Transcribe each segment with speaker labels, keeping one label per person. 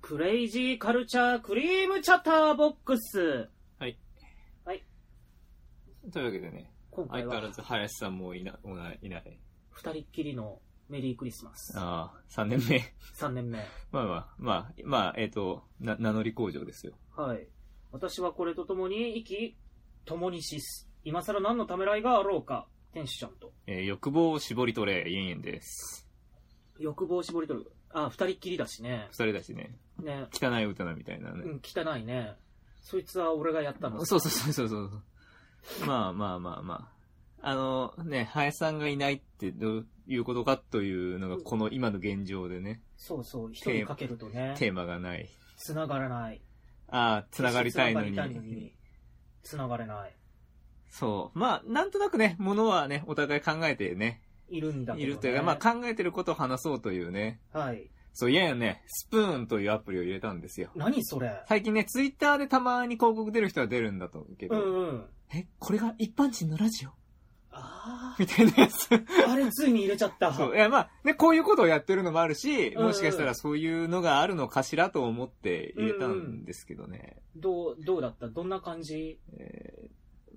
Speaker 1: クレイジーカルチャークリームチャターボックス。
Speaker 2: はい。
Speaker 1: はい。
Speaker 2: というわけでね、
Speaker 1: 今
Speaker 2: 相
Speaker 1: 回
Speaker 2: 変わら
Speaker 1: は
Speaker 2: ず林さんもいなおないいない。
Speaker 1: 二人っきりのメリークリスマス。
Speaker 2: ああ、3年目。
Speaker 1: 3年目。
Speaker 2: まあまあ、まあ、まあ、えっ、と、な、名乗り工場ですよ。
Speaker 1: はい。私はこれとともに意気、共に死す。今更何のためらいがあろうか。天使ちゃんと。
Speaker 2: えー欲望を絞り取れ、イエンイエンです。
Speaker 1: 欲望を絞り取る。あ、二人っきりだしね
Speaker 2: 二。人だしね、
Speaker 1: ね。
Speaker 2: 汚い歌だみたいな
Speaker 1: う
Speaker 2: ね。
Speaker 1: ん、汚いね。そいつは俺がやったの。
Speaker 2: そうそうそうそうそう。まあまあまあまあ。あのね、林さんがいないってどういうことかというのが、この今の現状でね、
Speaker 1: そうそう。一人かけるとね、
Speaker 2: テーマがない。
Speaker 1: 繋がらない。
Speaker 2: ああ、つながりたいの
Speaker 1: 繋がりたいの
Speaker 2: に。
Speaker 1: に繋がれない。
Speaker 2: そう。まあ、なんとなくね、ものはね、お互い考えてね、
Speaker 1: いるんだけど、
Speaker 2: い
Speaker 1: ね。
Speaker 2: るというか、まあ考えてることを話そうというね。
Speaker 1: はい。
Speaker 2: そう、いやいやね、スプーンというアプリを入れたんですよ。
Speaker 1: 何それ
Speaker 2: 最近ね、ツイッターでたまに広告出る人は出るんだと思うけ
Speaker 1: う
Speaker 2: ど、
Speaker 1: んうん。
Speaker 2: え、これが一般人のラジオ
Speaker 1: あ
Speaker 2: みたいなやつ。
Speaker 1: あ、あれついに入れちゃった。
Speaker 2: そう、いや、まあ、ね、こういうことをやってるのもあるし、
Speaker 1: うんうん
Speaker 2: もしかしたらそういうのがあるのかしらと思って入れたんですけどね。
Speaker 1: どう、どうだったどんな感じ
Speaker 2: えー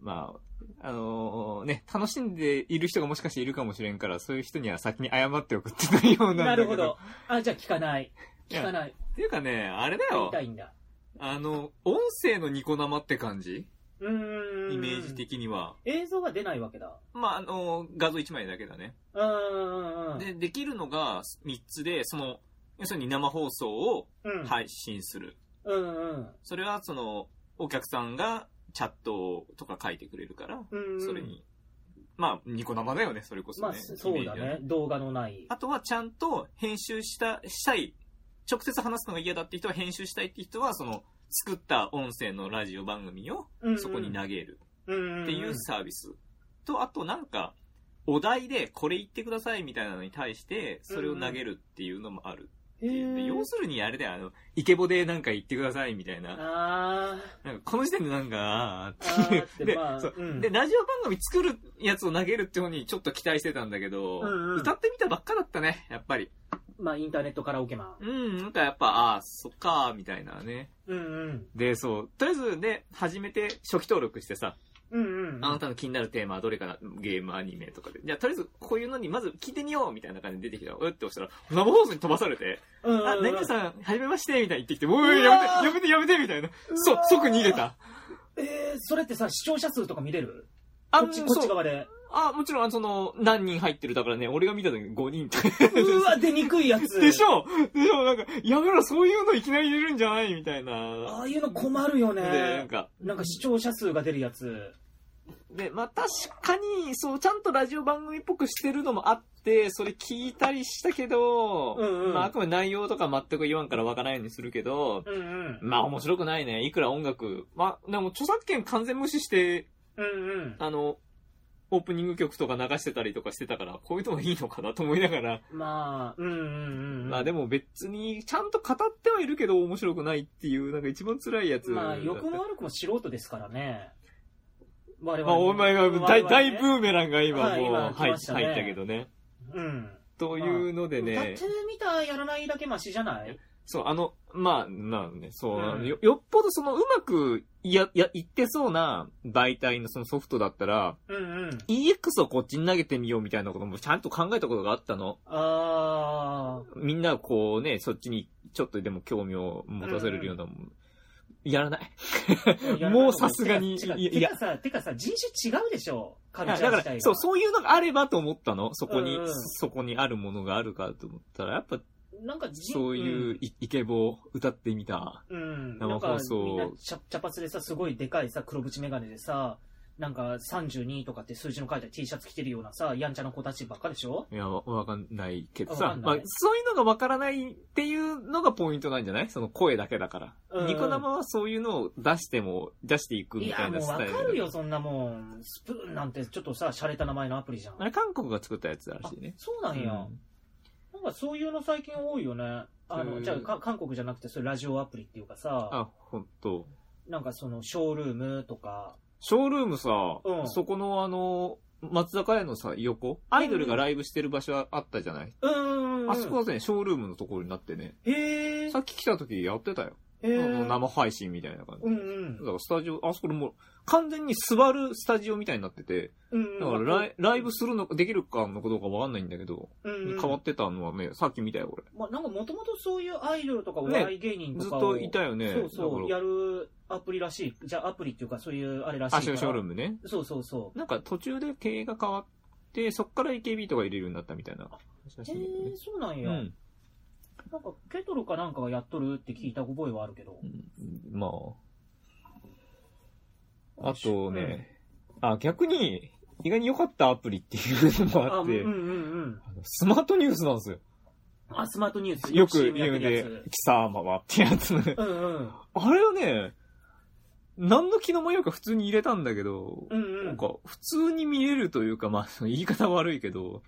Speaker 2: まあ、あのーね、楽しんでいる人がもしかしているかもしれんから、そういう人には先に謝っておくって内容なんだ
Speaker 1: な
Speaker 2: けど。
Speaker 1: るほど。。あ、じゃあ聞かない。
Speaker 2: いや
Speaker 1: 聞かない。
Speaker 2: っていうかね、あれだ
Speaker 1: やり
Speaker 2: よ
Speaker 1: た。いんだ。
Speaker 2: あの、音声のニコ生って感じ
Speaker 1: うーん。
Speaker 2: イメージ。的には。
Speaker 1: 映像が出ないわけだ。
Speaker 2: まあ、あの、画像1枚だけだね。
Speaker 1: うーんうんうん。
Speaker 2: で、できるのが3つで、その、要するに生放送を
Speaker 1: うん。い。
Speaker 2: 配信する。
Speaker 1: うんうん。
Speaker 2: それは、その、お客さんがチャットとか書いてくれるから、
Speaker 1: うんうん
Speaker 2: それ。に。まあ、ニコ生だよね、それこそね。
Speaker 1: まあ、そうだ
Speaker 2: イメージは
Speaker 1: ね。。動画のない。
Speaker 2: あとは、ちゃんと編集した、したい。直接話すのが嫌だって人は、編集したいって人は、その、作った音声のラジオ番組を
Speaker 1: うんうん
Speaker 2: そこに投げる。
Speaker 1: うん。
Speaker 2: っていうサービスと、あとなんか、お題でこれ言ってくださいみたいなのに対して、それを投げるっていうのもあるっていう
Speaker 1: へ
Speaker 2: で
Speaker 1: ー
Speaker 2: 要するにあれだよ、あの、イケボでなんか言ってくださいみたいな。
Speaker 1: あー
Speaker 2: なんかこの時点でなんか、あ
Speaker 1: あ
Speaker 2: ーってい
Speaker 1: ー。
Speaker 2: う
Speaker 1: って、
Speaker 2: で、
Speaker 1: まあ、
Speaker 2: そう
Speaker 1: うん
Speaker 2: で、ラジオ番組作るやつを投げるって方にちょっと期待してたんだけど、
Speaker 1: うんうん
Speaker 2: 歌ってみたばっかだったね、やっぱり。
Speaker 1: まあ、インターネットカラオケマン。
Speaker 2: うん、なんかやっぱ、ああ、そっか、みたいなね。
Speaker 1: うんうん。
Speaker 2: で、そう、とりあえずね、初めて初期登録してさ、
Speaker 1: うんうん。
Speaker 2: あなたの気になるテーマはどれかなゲーム、アニメとかで。じゃあ、とりあえず、こういうのにまず聞いてみようみたいな感じで出てきたら、うって押したら、生放送に飛ばされて、
Speaker 1: うんうんうん。
Speaker 2: あ、何々
Speaker 1: ん。
Speaker 2: さん、はじめましてみたいに言ってきて、お
Speaker 1: うわ
Speaker 2: い、
Speaker 1: ー
Speaker 2: やめて、やめて、やめてみたいな。そ、即逃げた。
Speaker 1: えー、それってさ、視聴者数とか見れる
Speaker 2: あ、
Speaker 1: こっち、こっち
Speaker 2: そう
Speaker 1: 側で。
Speaker 2: あ、もちろん、その、何人入ってるだからね、俺が見た時に5人って。
Speaker 1: うわ、出にくいやつ。
Speaker 2: でしょでしょなんか、やめろ、そういうのいきなり入れるんじゃないみたいな。
Speaker 1: ああいうの困るよ
Speaker 2: で、なん
Speaker 1: ね。
Speaker 2: か、
Speaker 1: なんか視聴者数が出るやつ。
Speaker 2: で、まあ確かに、そう、ちゃんとラジオ番組っぽくしてるのもあって、それ聞いたりしたけど、
Speaker 1: うんうん
Speaker 2: まああくまで内容とか全く言わんからわからないようにするけど、
Speaker 1: うんうん。
Speaker 2: まあ面白くないね。いくら音楽。まあ、でも著作権完全無視して、
Speaker 1: うんうん。
Speaker 2: あの、オープニング曲とか流してたりとかしてたから、こういうのがいいのかなと思いながら、
Speaker 1: まあ、うんうんうん。
Speaker 2: まあでも別に、ちゃんと語ってはいるけど面白くないっていう、なんか一番辛いやつ。
Speaker 1: まあ、欲も悪くも素人ですからね。我々。
Speaker 2: まあ、お前
Speaker 1: 我々
Speaker 2: が
Speaker 1: ね
Speaker 2: 大、大ブーメランが今
Speaker 1: はい
Speaker 2: もう
Speaker 1: 今来
Speaker 2: 入っ
Speaker 1: ましたね
Speaker 2: 入ったけどね。
Speaker 1: うん。
Speaker 2: というのでね、
Speaker 1: 歌ってみたやらないだけマシじゃない
Speaker 2: そう、あの、まあ、なのね、そう、
Speaker 1: うん
Speaker 2: あのよ、よっぽどその、うまく、いや、いや、言ってそうな媒体のそのソフトだったら、
Speaker 1: うんうん。
Speaker 2: EX をこっちに投げてみようみたいなこともちゃんと考えたことがあったの。
Speaker 1: あ
Speaker 2: みんなこうね、そっちにちょっとでも興味を持たせれるようなもん。やらない。
Speaker 1: あ。
Speaker 2: もうさすがに
Speaker 1: てか
Speaker 2: いや
Speaker 1: てかさ、てかさ、人種違うでしょ。カル
Speaker 2: だ
Speaker 1: チャー
Speaker 2: か
Speaker 1: 自
Speaker 2: ら、
Speaker 1: 体
Speaker 2: そう、
Speaker 1: が。
Speaker 2: そういうのがあればと思ったの。そこに、
Speaker 1: うんうん
Speaker 2: そこにあるものがあるかと思ったら、やっぱ、
Speaker 1: う。なんか人、
Speaker 2: そういううイイケボを歌ってみた。
Speaker 1: うん。
Speaker 2: 生
Speaker 1: なん
Speaker 2: 放
Speaker 1: か
Speaker 2: 送
Speaker 1: みんな茶茶髪でさ、すごいでかいさ、黒縁メガネでさ、なんか32とかって数字の書いた T シャツ着てるようなさ、やんちゃな子たちばっかでしょ
Speaker 2: いや、わわかんないけど
Speaker 1: わ
Speaker 2: さ
Speaker 1: か、ん
Speaker 2: ま
Speaker 1: な
Speaker 2: あ
Speaker 1: い、
Speaker 2: そういうのがわからないっていうのがポイントなんじゃないその声だけだから。
Speaker 1: うん
Speaker 2: ニコ生はそういうのを出しても、出していく
Speaker 1: い
Speaker 2: みた
Speaker 1: や、
Speaker 2: いな
Speaker 1: もう
Speaker 2: ス
Speaker 1: わ
Speaker 2: タ
Speaker 1: か
Speaker 2: イル。
Speaker 1: るよ、そんなもん。スプーンなんてちょっとさ、洒落た名前のアプリじゃん。
Speaker 2: あれ、韓国が作ったやつらしいね。
Speaker 1: そうなんや。
Speaker 2: うん
Speaker 1: なんかそういうの最近多いよね。あ
Speaker 2: う
Speaker 1: の、
Speaker 2: ん
Speaker 1: じゃあか、韓国じゃなくて、そういうラジオアプリっていうかさ、
Speaker 2: あ、ほんと。
Speaker 1: なんかその、ショールームとか、
Speaker 2: ショールームさ、
Speaker 1: うん
Speaker 2: そこのあの、松坂屋のさ、横、アイドルがライブしてる場所あったじゃない、
Speaker 1: うーん。
Speaker 2: あそこはね、ショールームのところになってね、
Speaker 1: へえ。
Speaker 2: さっき来た時やってたよ。
Speaker 1: えー
Speaker 2: もう生配信みたいな感じ。
Speaker 1: うん
Speaker 2: だからスタジオ、あそこでもう完全に座るスタジオみたいになってて、
Speaker 1: うん。
Speaker 2: だから
Speaker 1: うん
Speaker 2: ライライブするのか、できるかのかどうかわかんないんだけど、
Speaker 1: うん
Speaker 2: 変わってたのはね、さっき見たよ、俺。
Speaker 1: まあ、なんかもともとそういうアイドルとかお笑い芸人
Speaker 2: ず
Speaker 1: と
Speaker 2: っ
Speaker 1: かを、
Speaker 2: といたよね。
Speaker 1: そうそう、
Speaker 2: だ
Speaker 1: やるアプリらしい。じゃあアプリっていうかそういうあれらしいか
Speaker 2: からあ、
Speaker 1: ら。
Speaker 2: ショーショールームね。
Speaker 1: そうそうそう。
Speaker 2: なんか途中で経営が変わって、そっから AKB とか入れるようになったみたいな写
Speaker 1: え
Speaker 2: 真だよね
Speaker 1: ー、。そうなん
Speaker 2: う
Speaker 1: や、
Speaker 2: ん。
Speaker 1: なんか、ケトルかなんかがやっとるって聞いた覚えはあるけど。
Speaker 2: うんまあ。あとね、あ、逆に、意外に良かったアプリっていうの
Speaker 1: うん、
Speaker 2: も
Speaker 1: あ、
Speaker 2: あ
Speaker 1: うん
Speaker 2: っ
Speaker 1: うん
Speaker 2: て、
Speaker 1: うん。
Speaker 2: あのスマートニュースなんですよ。
Speaker 1: あ、スマートニュース。
Speaker 2: よ
Speaker 1: よ
Speaker 2: く
Speaker 1: CM や
Speaker 2: 言う
Speaker 1: っ
Speaker 2: ん
Speaker 1: てるや
Speaker 2: で
Speaker 1: つ、
Speaker 2: 貴様はってやつね。
Speaker 1: うんうん。
Speaker 2: あれはね、何の気の迷いか普通に入れたんだけど、
Speaker 1: うんう
Speaker 2: なん
Speaker 1: ん。
Speaker 2: か、普通に見えるというか、まあ、その言い方悪いけど、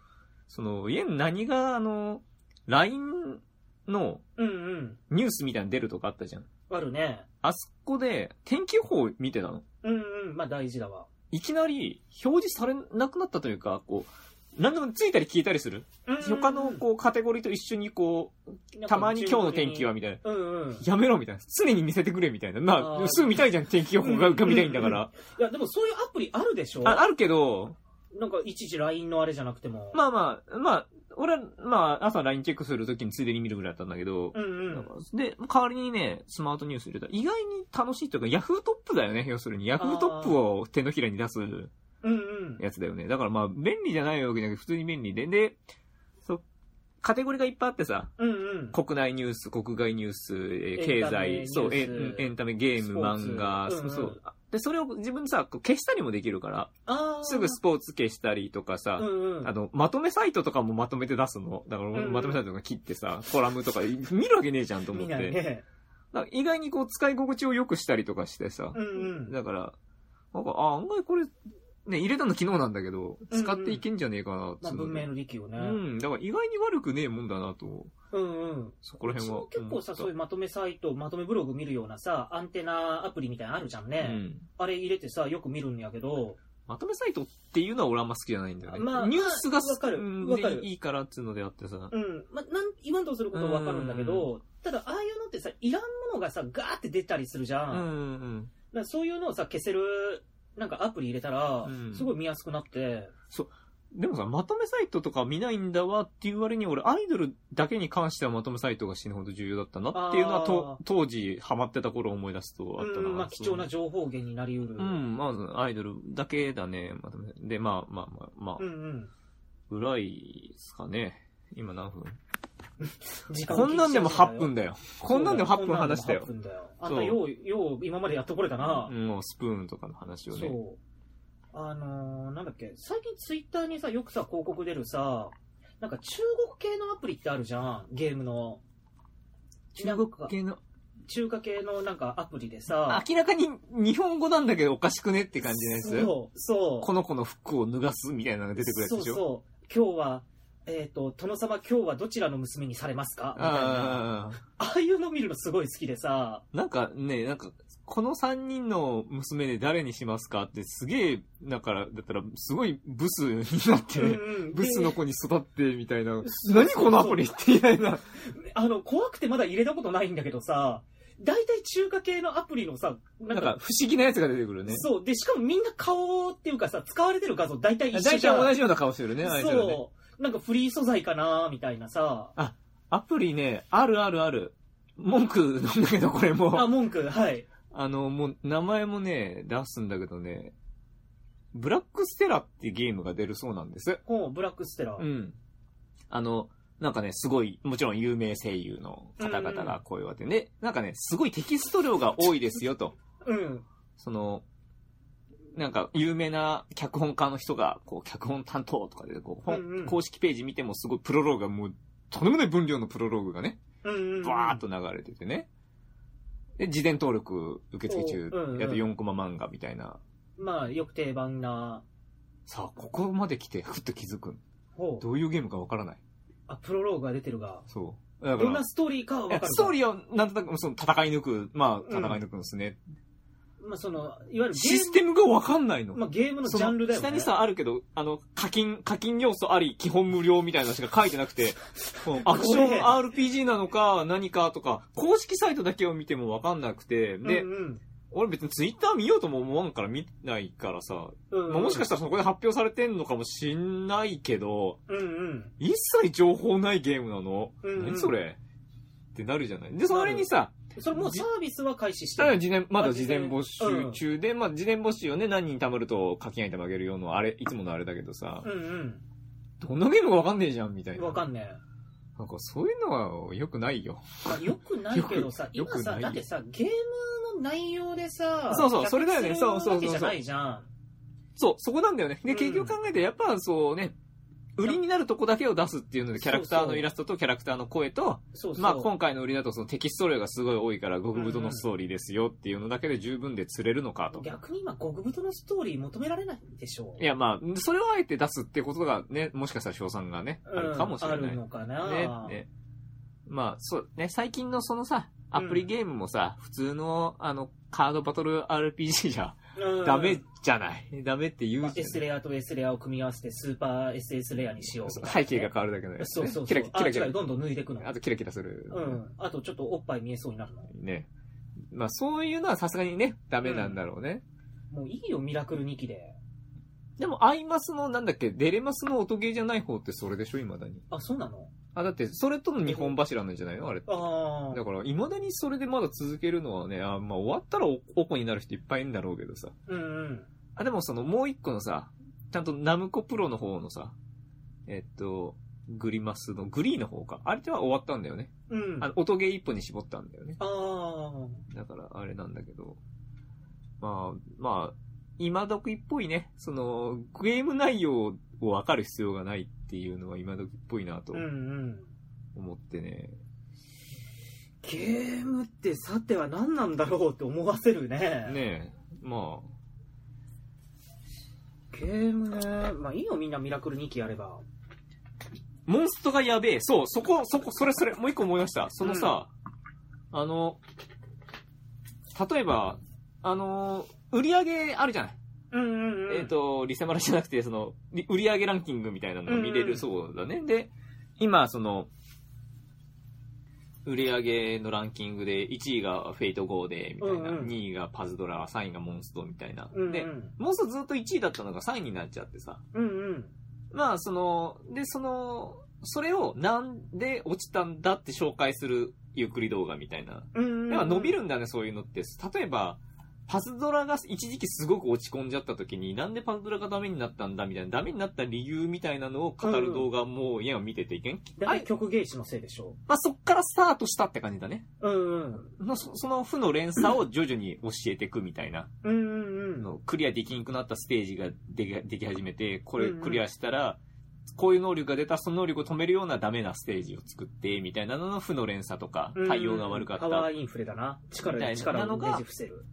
Speaker 2: その、家に何が、あの、LINE の
Speaker 1: うんうん。
Speaker 2: ニュースみたいなの出るとかあったじゃん。
Speaker 1: あるね。
Speaker 2: あそこで、天気予報見てたの。
Speaker 1: うんうん。まあ大事だわ。
Speaker 2: いきなり、表示されなくなったというか、こう、何でもついたり消えたりする。
Speaker 1: うんうん
Speaker 2: 他の、こう、カテゴリーと一緒に、こ
Speaker 1: な
Speaker 2: う、
Speaker 1: んか
Speaker 2: たまに今日の天気は、みたいな。
Speaker 1: うんうん。
Speaker 2: やめろ、みたいな。常に見せてくれ、みたいな。
Speaker 1: あ
Speaker 2: ま
Speaker 1: ー
Speaker 2: あ、すぐ見たいじゃん、天気予報がが見たいんだから。
Speaker 1: いや、でもそういうアプリあるでしょ
Speaker 2: ああるけど、
Speaker 1: なんか、いちいち LINE のあれじゃなくても。
Speaker 2: まあまあ、まあ、俺は、まあ、朝 LINE チェックするときについでに見るぐらいだったんだけど、
Speaker 1: うんうん。
Speaker 2: で、代わりにね、スマートニュース入れたら意外に楽しいというか、ヤフートップだよね、要するに。ヤフートップを手のひらに出す
Speaker 1: うんうん。
Speaker 2: やつだよね。だからまあ、便利じゃないわけじゃなくて、普通に便利で、で、そカテゴリーがいっぱいあってさ、
Speaker 1: うんうん。
Speaker 2: 国内ニュース、国外ニュース、えー
Speaker 1: エン
Speaker 2: 経
Speaker 1: タメニュー
Speaker 2: 済、
Speaker 1: ス
Speaker 2: そう、エンエンタメ、ゲーム、
Speaker 1: スポーツ
Speaker 2: 漫
Speaker 1: う
Speaker 2: 画、
Speaker 1: んうん
Speaker 2: そう。で、それを自分でさ、こう消したりもできるから、
Speaker 1: あー
Speaker 2: すぐスポーツ消したりとかさ、
Speaker 1: うんうん。
Speaker 2: あの、まとめサイトとかもまとめて出すの。だから、
Speaker 1: んうん
Speaker 2: まとめサイトとか切ってさ、コラムとかい見るわけねえじゃんと思っ
Speaker 1: 見
Speaker 2: て。
Speaker 1: ないね。
Speaker 2: だから意外にこう、使い心地を良くしたりとかしてさ。
Speaker 1: うんうん。
Speaker 2: だから、なんか、あ、案外これ、ね、入れたの昨日なんだけど、
Speaker 1: うんうん
Speaker 2: 使っていけんじゃねえかな、
Speaker 1: まあ、
Speaker 2: つうの
Speaker 1: 文明の利器をね。
Speaker 2: うん、だから意外に悪くねえもんだなと、
Speaker 1: うんうん。
Speaker 2: そこ
Speaker 1: う
Speaker 2: ら
Speaker 1: ち
Speaker 2: 辺は
Speaker 1: も
Speaker 2: 思った。
Speaker 1: 結構さ、そういうまとめサイト、まとめブログ見るようなさ、アンテナアプリみたいなのあるじゃん
Speaker 2: う
Speaker 1: ね。
Speaker 2: ん。
Speaker 1: あれ入れてさ、よく見るんやけど、
Speaker 2: まとめサイトっていうのは俺あんま好きじゃないんだよね。
Speaker 1: まあ
Speaker 2: ニュースが
Speaker 1: まあわかる
Speaker 2: うん
Speaker 1: わかる
Speaker 2: でいいからっつうのであってさ。
Speaker 1: うん。まあ、なん、言わんとすることはわかるんだけど、ただ、ああいうのってさ、いらんものがさ、ガーって出たりするじゃ。
Speaker 2: うんん、うん
Speaker 1: だか
Speaker 2: うん。
Speaker 1: らそういうのをさ、消せる、なんかアプリ入れたら、
Speaker 2: うん
Speaker 1: すごい見やすくなって、
Speaker 2: でもさ、まとめサイトとか見ないんだわっていう割に、俺、アイドルだけに関してはまとめサイトが死ぬほど重要だったなっていうのは、と
Speaker 1: あ
Speaker 2: 当時ハマってた頃思い出すとあったな。
Speaker 1: うん、まあ、貴重な情報源になりうる。
Speaker 2: う。ん、まず、アイドルだけだね。まとめで、まあまあまあ、ま
Speaker 1: うんう
Speaker 2: あ、
Speaker 1: ん。
Speaker 2: ぐらいですかね。今何分
Speaker 1: 時間
Speaker 2: こんなんでも8分だよ。こんなんでも8
Speaker 1: そう
Speaker 2: 分
Speaker 1: だよ
Speaker 2: 話したよ
Speaker 1: こ。んなんでも8分だよあ
Speaker 2: そうん
Speaker 1: たよう、よう、今までやっとこれたな。
Speaker 2: うんもうスプーンとかの話を
Speaker 1: そ
Speaker 2: ね。
Speaker 1: う。あのーなんだっけ、最近ツイッターにさ、よくさ、広告出るさ、なんか中国系のアプリってあるじゃん、ゲームの。
Speaker 2: 中国系の、
Speaker 1: 中華系のなんかアプリでさ、
Speaker 2: 明らかに日本語なんだけどおかしくねって感じのやつ。
Speaker 1: そう、そう。
Speaker 2: この子の服を脱がすみたいなのが出てくるやつでし
Speaker 1: そ
Speaker 2: ょ
Speaker 1: うそう。今日は、えっ、と、殿様今日はどちらの娘にされますかみたいな。あ
Speaker 2: ああ
Speaker 1: あいうの見るのすごい好きでさ、
Speaker 2: なんかね、なんか、この三人の娘で誰にしますかってすげえ、だから、だったら、すごいブスになって、
Speaker 1: うん
Speaker 2: ブスの
Speaker 1: で
Speaker 2: 子に育って、みたいな。
Speaker 1: そう
Speaker 2: 何このアプリってみたいな。
Speaker 1: あの、怖くてまだ入れたことないんだけどさ、大体中華系のアプリのさ、な
Speaker 2: なんん
Speaker 1: か
Speaker 2: か、、不思議なやつが出てくるね。
Speaker 1: そう。で、しかもみんな顔っていうかさ、使われてる画像大体一緒
Speaker 2: 大体
Speaker 1: じゃん。
Speaker 2: 同じような顔してるね、あいつらね。
Speaker 1: そう。なんかフリー素材かなみたいなさ。
Speaker 2: アプリね、あるあるある。文句なんだけど、これ
Speaker 1: あ、
Speaker 2: も。
Speaker 1: 文句、はい。
Speaker 2: あの、もう、名前もね、出すんだけどね、ブラックステラっていうゲームが出るそうなんです。
Speaker 1: ほう、ブラックステラ。
Speaker 2: う。
Speaker 1: うん
Speaker 2: あの、なんかね、すごい、もちろん有名声優の方々が声を当てて、でなんかね、すごいテキスト量が多いですよと。
Speaker 1: ん。
Speaker 2: その、なんか、有名な脚本家の人が、こう、脚本担当とかで、こう、本
Speaker 1: うんうん
Speaker 2: 公式ページ見てもすごいプロローグがもう、とんでもない分量のプロローグがね、
Speaker 1: うんうん、うん。
Speaker 2: バーっと流れててね。で、事前登録受付中
Speaker 1: おううんう、ん
Speaker 2: あと4コマ漫画みたいな。
Speaker 1: まあ、よく定番な。
Speaker 2: さあ、ここまで来て、ふっと気づく。
Speaker 1: ほう。
Speaker 2: どういうゲームかわからない。
Speaker 1: あ、プロローグが出てるが。
Speaker 2: そう。だから
Speaker 1: どんなストーリーかはわかる
Speaker 2: ストーリ
Speaker 1: ー
Speaker 2: ーをなんとなくその戦い抜く、まあ戦い抜くんですね。
Speaker 1: まあその、いわゆるゲーム
Speaker 2: システムがわかんないの。
Speaker 1: まあゲームのジ
Speaker 2: そ
Speaker 1: ャンルだよ
Speaker 2: 下
Speaker 1: ね。
Speaker 2: にさ、あるけど、あの、課金、課金要素あり、基本無料みたいなのしか書いてなくて、うんアクション RPG なのか、何かとか、公式サイトだけを見てもわかんなくて、
Speaker 1: うん
Speaker 2: で、
Speaker 1: うん
Speaker 2: 俺別にツイッター見ようとも思わんから見ないからさ、
Speaker 1: うん
Speaker 2: まあもしかしたらそこで発表されてんのかもしんないけど、
Speaker 1: うんうん。
Speaker 2: 一切情報ないゲームなの。
Speaker 1: うんうん
Speaker 2: 何それってなるじゃない。で、それにさ、
Speaker 1: それもうサービスは開始して
Speaker 2: ただ
Speaker 1: る。
Speaker 2: 事前、まだ
Speaker 1: あ
Speaker 2: 事
Speaker 1: 事
Speaker 2: 前
Speaker 1: 前
Speaker 2: 募集中で、まあ事前募集をね、何人貯まると課金アイテムあげるような、あれ、いつものあれだけどさ
Speaker 1: う、ん
Speaker 2: どんなゲームかわかんねえじゃん、みた
Speaker 1: う
Speaker 2: い
Speaker 1: ん。
Speaker 2: な。
Speaker 1: わかんねえ。
Speaker 2: なんかそういうのは良くないよ。
Speaker 1: まあよくないけどさ、 今
Speaker 2: よくよくな
Speaker 1: さ、
Speaker 2: い
Speaker 1: だってさ、ゲームの内容でさ、
Speaker 2: そうそうそれだよ
Speaker 1: 比
Speaker 2: ね
Speaker 1: 較する
Speaker 2: そうそうそうそう
Speaker 1: わけじゃないじゃん。
Speaker 2: そう、そこなんだよね。で、
Speaker 1: うん
Speaker 2: 結局考えて、やっぱそうね、売りになるとこだけを出すっていうので、キャラクターのイラストとキャラクターの声と、
Speaker 1: そうそう。
Speaker 2: まあ今回の売りだとそのテキスト量がすごい多いから、極太のストーリーですよっていうのだけで十分で釣れるのかと。
Speaker 1: 逆に今、極太のストーリー求められないんでしょう。
Speaker 2: いやまあ、それをあえて出すってことがね、もしかしたら賞賛がね、
Speaker 1: うん、
Speaker 2: あるかもしれない。
Speaker 1: あるのかな。
Speaker 2: ね、ね。まあ、そう、ね、最近のそのさ、アプリゲームもさ、普通の、あの、カードバトル RPG じ
Speaker 1: う
Speaker 2: ゃ、
Speaker 1: ん
Speaker 2: ダメじゃない。ダメって言う
Speaker 1: ま
Speaker 2: じゃ
Speaker 1: あ
Speaker 2: ん
Speaker 1: S レアと S レアを組み合わせてスーパー SS レアにしようみたいなね
Speaker 2: 背景が変わるだけのやつ
Speaker 1: そう
Speaker 2: ね。
Speaker 1: そうそう。
Speaker 2: キラキラキ
Speaker 1: あ違
Speaker 2: ラ
Speaker 1: う。どんどん抜いていくの。
Speaker 2: あとキラキラする。
Speaker 1: うん。あとちょっとおっぱい見えそうになるの。
Speaker 2: ね。まあ、そういうのはさすがにね、ダメなんだろうね。
Speaker 1: もういいよ、ミラクル2期で。
Speaker 2: でも、アイマスの、なんだっけ、デレマスの音ゲーじゃない方ってそれでしょ、未だに。
Speaker 1: あ、そうなの
Speaker 2: あ、だって、それとの日本柱なんじゃないのあれ。
Speaker 1: あ
Speaker 2: だ
Speaker 1: あ。
Speaker 2: から、未だにそれでまだ続けるのはね、あまあ、終わったらお、おこになる人いっぱいいるんだろうけどさ。
Speaker 1: うんうん。
Speaker 2: あ、でもその、もう一個のさ、ちゃんとナムコプロの方のさ、えっと、グリマスの、グリーの方か。あれでは終わったんだよね。
Speaker 1: うん。
Speaker 2: あ
Speaker 1: あ
Speaker 2: の、音ゲー一本に絞ったんだよね。
Speaker 1: あー。
Speaker 2: だから、あれなんだけど。まあ、まあ、今時っぽいね。その、ゲーム内容を分かる必要がないっていうのは今時っぽいなと
Speaker 1: うんうん。
Speaker 2: 思ってね。
Speaker 1: ゲームってさては何なんだろうって思わせるね。
Speaker 2: ねえ、ま
Speaker 1: ゲームね。まあいいよ、みんなミラクル2期やれば。
Speaker 2: あ、モンストがやべえ。そう、そこ、そこ、それそれ、もう一個思いました。そのさ、あの、例えば、あの、売り上げあるじゃない、
Speaker 1: うんうんうん。
Speaker 2: えっ、、と、リセマラじゃなくて、その、り売り上げランキングみたいなのが見れ
Speaker 1: うんう
Speaker 2: る
Speaker 1: ん
Speaker 2: そうだね。で、今、その、売り上げのランキングで、1位がフェイト5で、みたいな、
Speaker 1: うんうん
Speaker 2: 2位がパズドラ、3位がモンストみたいな。
Speaker 1: うんうん、
Speaker 2: で、モンストずっと1位だったのが3位になっちゃってさ。
Speaker 1: うんうん。
Speaker 2: まあ、その、で、その、それをなんで落ちたんだって紹介するゆっくり動画みたいな
Speaker 1: うんうんうん。
Speaker 2: やっぱ伸びるんだね、そういうのって。例えば、パズドラが一時期すごく落ち込んじゃった時に、なんでパズドラがダメになったんだみたいな、ダメになった理由みたいなのを語る動画も、今見てていけん、
Speaker 1: だ
Speaker 2: あ
Speaker 1: いたい曲芸師のせいでしょ。
Speaker 2: まあ、そっからスタートしたって感じだね。
Speaker 1: うんうん。
Speaker 2: のそその負の連鎖を徐々に教えていくみたいな。
Speaker 1: うんうんうん。
Speaker 2: のクリアできんくなったステージができでき始めて、これ
Speaker 1: うんうん
Speaker 2: クリアしたら、こういう能力が出た、その能力を止めるようなダメなステージを作って、みたいなのの負の連鎖とか、対応が悪かった
Speaker 1: パワーインフレだな。力
Speaker 2: みた
Speaker 1: で
Speaker 2: いな
Speaker 1: 力
Speaker 2: なの
Speaker 1: を
Speaker 2: が
Speaker 1: ねじ伏せる。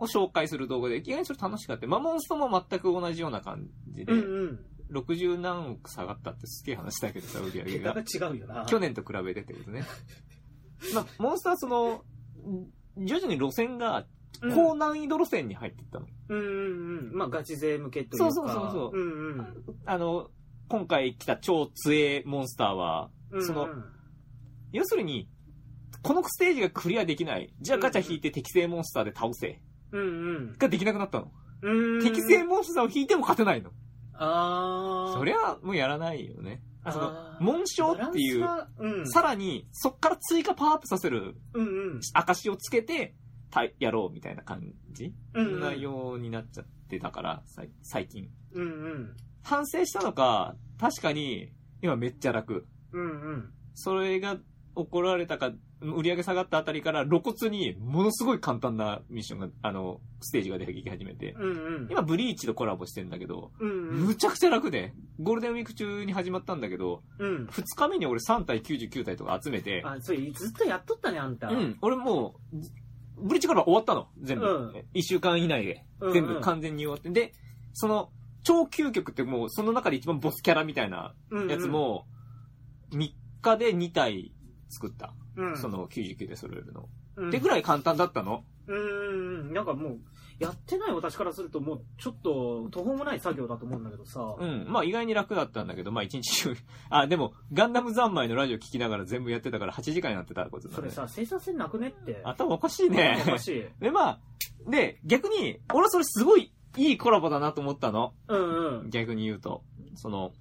Speaker 2: を紹介する動画で、意外にそれ楽しかった。まあ、モンストも全く同じような感じで、
Speaker 1: うんうん。
Speaker 2: 60何億下がったってすげえ話だけどさ、売り上げ
Speaker 1: 桁
Speaker 2: が
Speaker 1: が。違うよな。
Speaker 2: 去年と比べてってこ とね。まあ、モンストはその、徐々に路線が
Speaker 1: うん
Speaker 2: 高難易度路線に入っていったの。
Speaker 1: うんうんうん。まあ、ガチ勢向けというか。。
Speaker 2: そうそうそうそう
Speaker 1: うんうん。
Speaker 2: あの、今回来た超強えモンスターは、
Speaker 1: うんうん
Speaker 2: その要するに、このステージがクリアできない。じゃあガチャ引いて適正モンスターで倒せ。
Speaker 1: うん
Speaker 2: ができなくなったの。
Speaker 1: うん。
Speaker 2: 適正モンスターを引いても勝てないの。
Speaker 1: あー。
Speaker 2: そりゃ、もうやらないよね。あその、
Speaker 1: あー
Speaker 2: 紋章っていう
Speaker 1: バ、ランスがうん。
Speaker 2: さらに、そっから追加パワーアップさせる
Speaker 1: うんうん。
Speaker 2: 証をつけて、たやろうみたいな感じ
Speaker 1: うんうん。
Speaker 2: 内容になっちゃってたから、さい最近。
Speaker 1: うんうん。
Speaker 2: 反省したのか、確かに、今めっちゃ楽。
Speaker 1: うんうん。
Speaker 2: それが怒られたか、売り上げ下がったあたりから露骨に、ものすごい簡単なミッションが、あの、ステージが出てき始めて。
Speaker 1: うんうん。
Speaker 2: 今、ブリーチとコラボしてんだけど、
Speaker 1: うんう
Speaker 2: む
Speaker 1: ん。
Speaker 2: ちゃくちゃ楽で、ゴールデンウィーク中に始まったんだけど、
Speaker 1: うん。
Speaker 2: 2日目に俺3体99体とか集めて、
Speaker 1: あ、それずっとやっとったね、あんた。
Speaker 2: うん、俺もう、じブリッジから終わったの、全部。
Speaker 1: うん
Speaker 2: 1週間以内で、
Speaker 1: うんうん
Speaker 2: 全部完全に終わって。で、その、超究極ってもう、その中で一番ボスキャラみたいな
Speaker 1: うんうん。
Speaker 2: やつも、3日で2体作った。
Speaker 1: うん、
Speaker 2: その99で揃えるの。
Speaker 1: うん、
Speaker 2: でぐらい簡単だったの。
Speaker 1: うーん、なんかもう、やってない私からすると、もうちょっと途方もない作業だと思うんだけどさ、
Speaker 2: うん。まあ意外に楽だったんだけど、まあ一日中。 あ、でも、ガンダム三昧のラジオ聞きながら全部やってたから8時間になってたことだね
Speaker 1: それさ、生産性なくねって。
Speaker 2: 頭おかしいね。
Speaker 1: おかしい。
Speaker 2: で、まあ、で、逆に、俺はそれすごいいいコラボだなと思ったの。
Speaker 1: うんうん。
Speaker 2: 逆に言うと。その、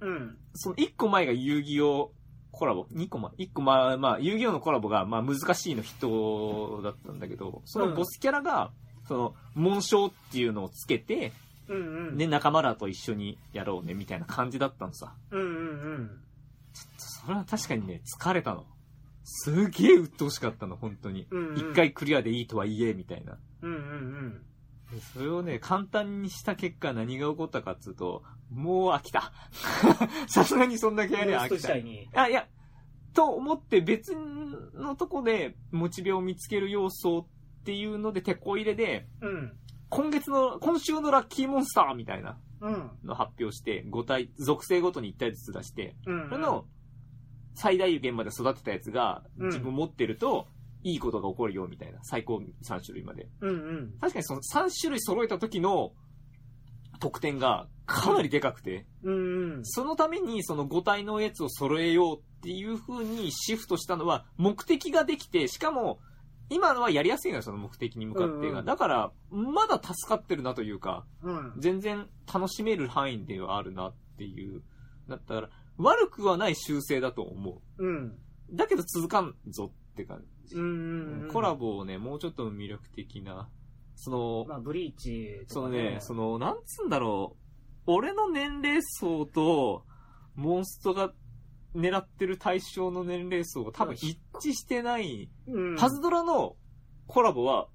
Speaker 1: うん。
Speaker 2: その1個前が遊戯王コラボ。2個前。1個前、まあ、遊戯王のコラボが、まあ、難しいの人だったんだけど、そのボスキャラが、その、紋章っていうのをつけて、
Speaker 1: うんうん。
Speaker 2: ね、仲間らと一緒にやろうね、みたいな感じだったのさ。
Speaker 1: うんうん
Speaker 2: それは確かにね、疲れたの。すげえ鬱陶しかったの、本当に。
Speaker 1: うん。うん、
Speaker 2: 一。回クリアでいいとはいえ、みたいな。
Speaker 1: うんうん
Speaker 2: でそれをね、簡単にした結果何が起こったかっつうと、もう飽きた。 さすがにそんだけ
Speaker 1: うん。
Speaker 2: やりゃ
Speaker 1: モンスト
Speaker 2: 飽き
Speaker 1: 自
Speaker 2: た。
Speaker 1: 体に。
Speaker 2: あ、いや、と思って別のとこでモチベを見つける要素っていうので手こ入れで、
Speaker 1: うん。
Speaker 2: 今月の、今週のラッキーモンスターみたいな
Speaker 1: うん。
Speaker 2: の発表して、5体、属性ごとに1体ずつ出して、
Speaker 1: うん。
Speaker 2: それの、最大限まで育てたやつが
Speaker 1: うん
Speaker 2: 自分持ってると、いいことが起こるよみたいな。最高3種類まで。
Speaker 1: うんうん。
Speaker 2: 確かにその3種類揃えた時の得点がかなりでかくて、
Speaker 1: うんうん。
Speaker 2: そのためにその5体のやつを揃えようっていう風にシフトしたのは目的ができて、しかも今のはやりやすいのよ、その目的に向かって
Speaker 1: うん
Speaker 2: が。
Speaker 1: うん
Speaker 2: だから、まだ助かってるなというか、
Speaker 1: うん。
Speaker 2: 全然楽しめる範囲ではあるなっていう。だったら、悪くはない修正だと思う。
Speaker 1: うん。
Speaker 2: だけど続かんぞって感じ。
Speaker 1: うん。
Speaker 2: コラ。ボをね、もうちょっと魅力的な、その、
Speaker 1: まあ、ブリーチ
Speaker 2: そ
Speaker 1: と
Speaker 2: の
Speaker 1: か、
Speaker 2: ね、その、なんつうんだろう。俺の年齢層と、モンストが狙ってる対象の年齢層が多分一致してない。
Speaker 1: うん。
Speaker 2: パズドラのコラボは、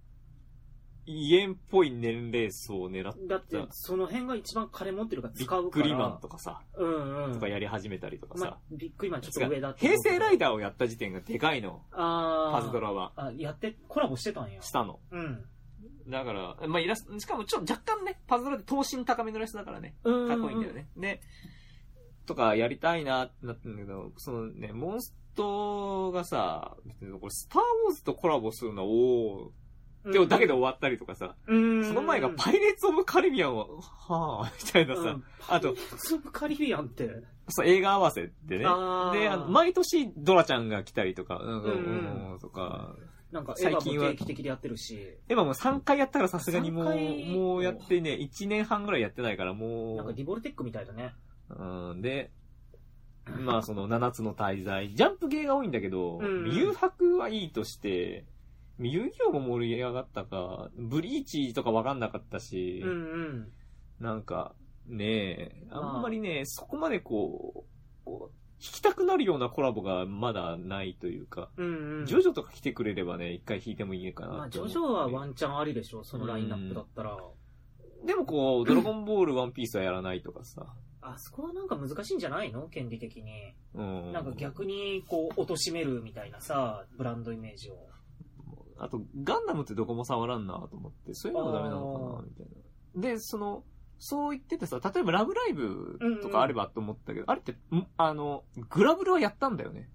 Speaker 2: 家っぽい年齢層を狙って、
Speaker 1: だって、その辺が一番金持ってるから
Speaker 2: ビ
Speaker 1: 使
Speaker 2: ッ
Speaker 1: うから。
Speaker 2: グリマンとかさ、
Speaker 1: うんうん。
Speaker 2: とかやり始めたりとか
Speaker 1: ま
Speaker 2: さ
Speaker 1: あ。、ビッグリマンちょっと上だって
Speaker 2: 平成ライ
Speaker 1: ダー。
Speaker 2: ダーをやった時点がでかいの、
Speaker 1: あー
Speaker 2: パズドラは。
Speaker 1: あ、やって、コラボしてたんや。
Speaker 2: したの。
Speaker 1: うん。
Speaker 2: だから、まあ、イラスト、しかもちょっと若干ね、パズドラで等身高めのイラストだからね。
Speaker 1: うん。
Speaker 2: かっこいいんだよ。ね。で、とかやりたいなってなったんだけど、そのね、モンストがさ、別にこれスターウォーズとコラボするのは、お
Speaker 1: う
Speaker 2: ー、
Speaker 1: ん、
Speaker 2: でもだけど終わったりとかさ、
Speaker 1: うん、
Speaker 2: その前がパイレーツ・オブ・カリビアンは、はぁ、みたいな
Speaker 1: う
Speaker 2: さ
Speaker 1: ん、
Speaker 2: あと、
Speaker 1: スープカリビアンって。
Speaker 2: そう映画合わせでね、
Speaker 1: あー
Speaker 2: で、あの毎年ドラちゃんが来たりとか、うん、う
Speaker 1: うん
Speaker 2: ん、うん、とか、
Speaker 1: なんか、エ
Speaker 2: 最
Speaker 1: ヴァ
Speaker 2: 近
Speaker 1: も
Speaker 2: は
Speaker 1: 定期的でやってるし、
Speaker 2: 今もう3回やったらさすがにも
Speaker 1: 三
Speaker 2: う、
Speaker 1: 回
Speaker 2: もうやってね、1年半ぐらいやってないからもう、
Speaker 1: なんかディボルテックみたいだね。
Speaker 2: うん、で、まあその7つの滞在。ジャンプ系が多いんだけど、
Speaker 1: うん
Speaker 2: 誘白はいいとして、遊戯王も盛り上がったか、ブリーチとかわかんなかったし、
Speaker 1: うんうん。
Speaker 2: なんかねえ、
Speaker 1: まあ
Speaker 2: あんまりね、そこまでこう、こう弾きたくなるようなコラボがまだないというか、
Speaker 1: うんうん。
Speaker 2: ジョジョとか来てくれればね、一回弾いてもいいかな
Speaker 1: まあ、
Speaker 2: と
Speaker 1: ジョ
Speaker 2: 思って
Speaker 1: ジョはワンチャンありでしょ、そのラインナップだったら。
Speaker 2: でもこう、ドラゴンボール、ワンピースはやらないとかさ、
Speaker 1: あそこはなんか難しいんじゃないの権利的に。
Speaker 2: うん。
Speaker 1: なんか逆に、こう、貶としめるみたいなさ、ブランドイメージを。
Speaker 2: あと、ガンダムってどこも触らんなと思って、そういうのがダメなのかな、みたいな。で、その、そう言っててさ、例えばラブライブとかあればと思ったけど、あれって、んあの、グラブルはやったんだよね。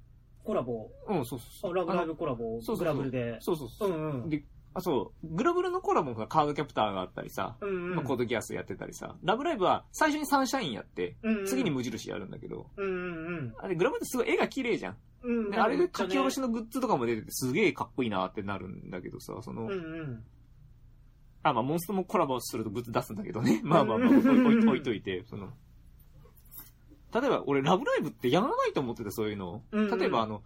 Speaker 1: コラボ、
Speaker 2: うん、そうそうそ
Speaker 1: あ
Speaker 2: う。
Speaker 1: ラブライ
Speaker 2: あの
Speaker 1: ブコラボ、
Speaker 2: そうそ
Speaker 1: グ
Speaker 2: うそう
Speaker 1: ラブルで。
Speaker 2: そうそう
Speaker 1: う
Speaker 2: そう。
Speaker 1: んうん。
Speaker 2: であ、そう、グラブルのコラボがカードキャプターがあったりさ、
Speaker 1: うんうん
Speaker 2: まあコードギアスやってたりさ、ラブライブは最初にサンシャインやって、
Speaker 1: うんうん
Speaker 2: 次に無印やるんだけど、
Speaker 1: うんうん
Speaker 2: あれ、グラブルってすごい絵が綺麗じゃん。
Speaker 1: うん。うん。
Speaker 2: であれで書き下ろし
Speaker 1: の。
Speaker 2: のグッズとかも出てて、すげえかっこいいなってなるんだけどさ、そ
Speaker 1: う
Speaker 2: の、
Speaker 1: んうん。
Speaker 2: あ、まあ、モンストもコラボするとグッズ出すんだけど ね。まあまあまあ、
Speaker 1: うん
Speaker 2: おいおい置いといて、その。例えば、俺、ラブライブってやらないと思ってて、そういうの
Speaker 1: うんう
Speaker 2: を。
Speaker 1: ん
Speaker 2: 例えば、あの、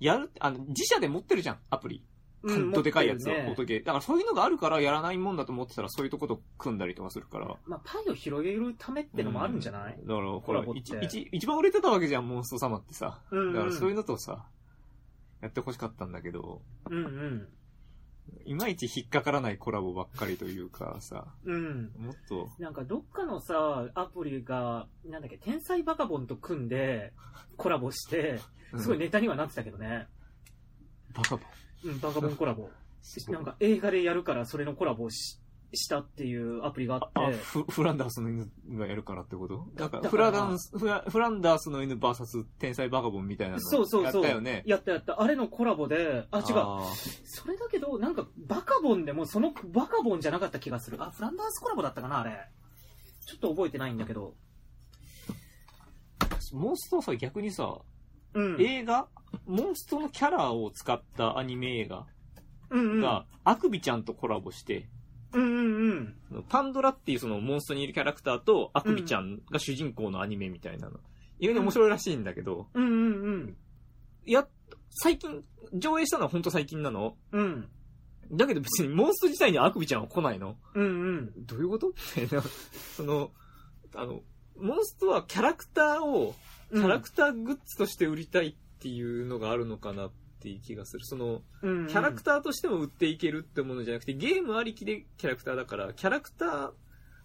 Speaker 2: やる、あの、自社で持ってるじゃん、アプリ。
Speaker 1: う
Speaker 2: カ
Speaker 1: ん
Speaker 2: ンとでかいやつ
Speaker 1: 持
Speaker 2: を、
Speaker 1: ってるね
Speaker 2: 音ゲー。だから、そういうのがあるからやらないもんだと思ってたら、そういうとこと組んだりとかするから。
Speaker 1: まあ、パイを広げるためってのもあるんじゃない
Speaker 2: うんだから、
Speaker 1: コ
Speaker 2: ほ
Speaker 1: ラ
Speaker 2: ら
Speaker 1: ボっ、て
Speaker 2: 一一一番売れてたわけじゃん、モンスト様ってさ。
Speaker 1: うんう
Speaker 2: だ
Speaker 1: ん。
Speaker 2: から、そういうのとさ、やってほしかったんだけど、
Speaker 1: うんうん。
Speaker 2: いまいち引っかからないコラボばっかりというかさ、
Speaker 1: うん。
Speaker 2: もっと、
Speaker 1: なんかどっかのさ、アプリが、なんだっけ、天才バカボンと組ん で、コラボして、すごいネタにはなってたけどね。
Speaker 2: バカバ
Speaker 1: うん、バカボンコラボ。なんか映画でやるから、それのコラボをししたっていうアプリがあっ
Speaker 2: あ
Speaker 1: て、
Speaker 2: フ、フランダースの犬がやるからってことな
Speaker 1: だ
Speaker 2: んか
Speaker 1: から
Speaker 2: フラダンスフラ、フランダースの犬 VS 天才バカボンみたいな
Speaker 1: そうそ
Speaker 2: の
Speaker 1: う
Speaker 2: やっ
Speaker 1: そう
Speaker 2: たよね。
Speaker 1: やったやった。あれのコラボで、あ、違う。
Speaker 2: あ
Speaker 1: それだけど、なんか、バカボンでも、そのバカボンじゃなかった気がする。あ、フランダースコラボだったかな、あれ。ちょっと覚えてないんだけど。
Speaker 2: ー。モンストさ、逆にさ、
Speaker 1: うん。
Speaker 2: 映画モンストのキャラを使ったアニメ映画
Speaker 1: うんうん。
Speaker 2: が、アクビちゃんとコラボして、
Speaker 1: うんうんうん。
Speaker 2: パンドラっていうそのモンストにいるキャラクターとアクビちゃんが主人公のアニメみたいなの。意外に面白いらしいんだけど、
Speaker 1: うんうんうん。
Speaker 2: いや、最近、上映したのは本当最近なの
Speaker 1: うん。
Speaker 2: だけど別にモンスト自体にアクビちゃんは来ないの
Speaker 1: うんうん。
Speaker 2: どういうことみたいな。 その、あの、モンストはキャラクターを、キャラクターグッズとして売りたいっていうのがあるのかなっていう気がする。その、
Speaker 1: うん
Speaker 2: キャラクターとしても売っていけるってものじゃなくて、ゲームありきでキャラクターだから、キャラクター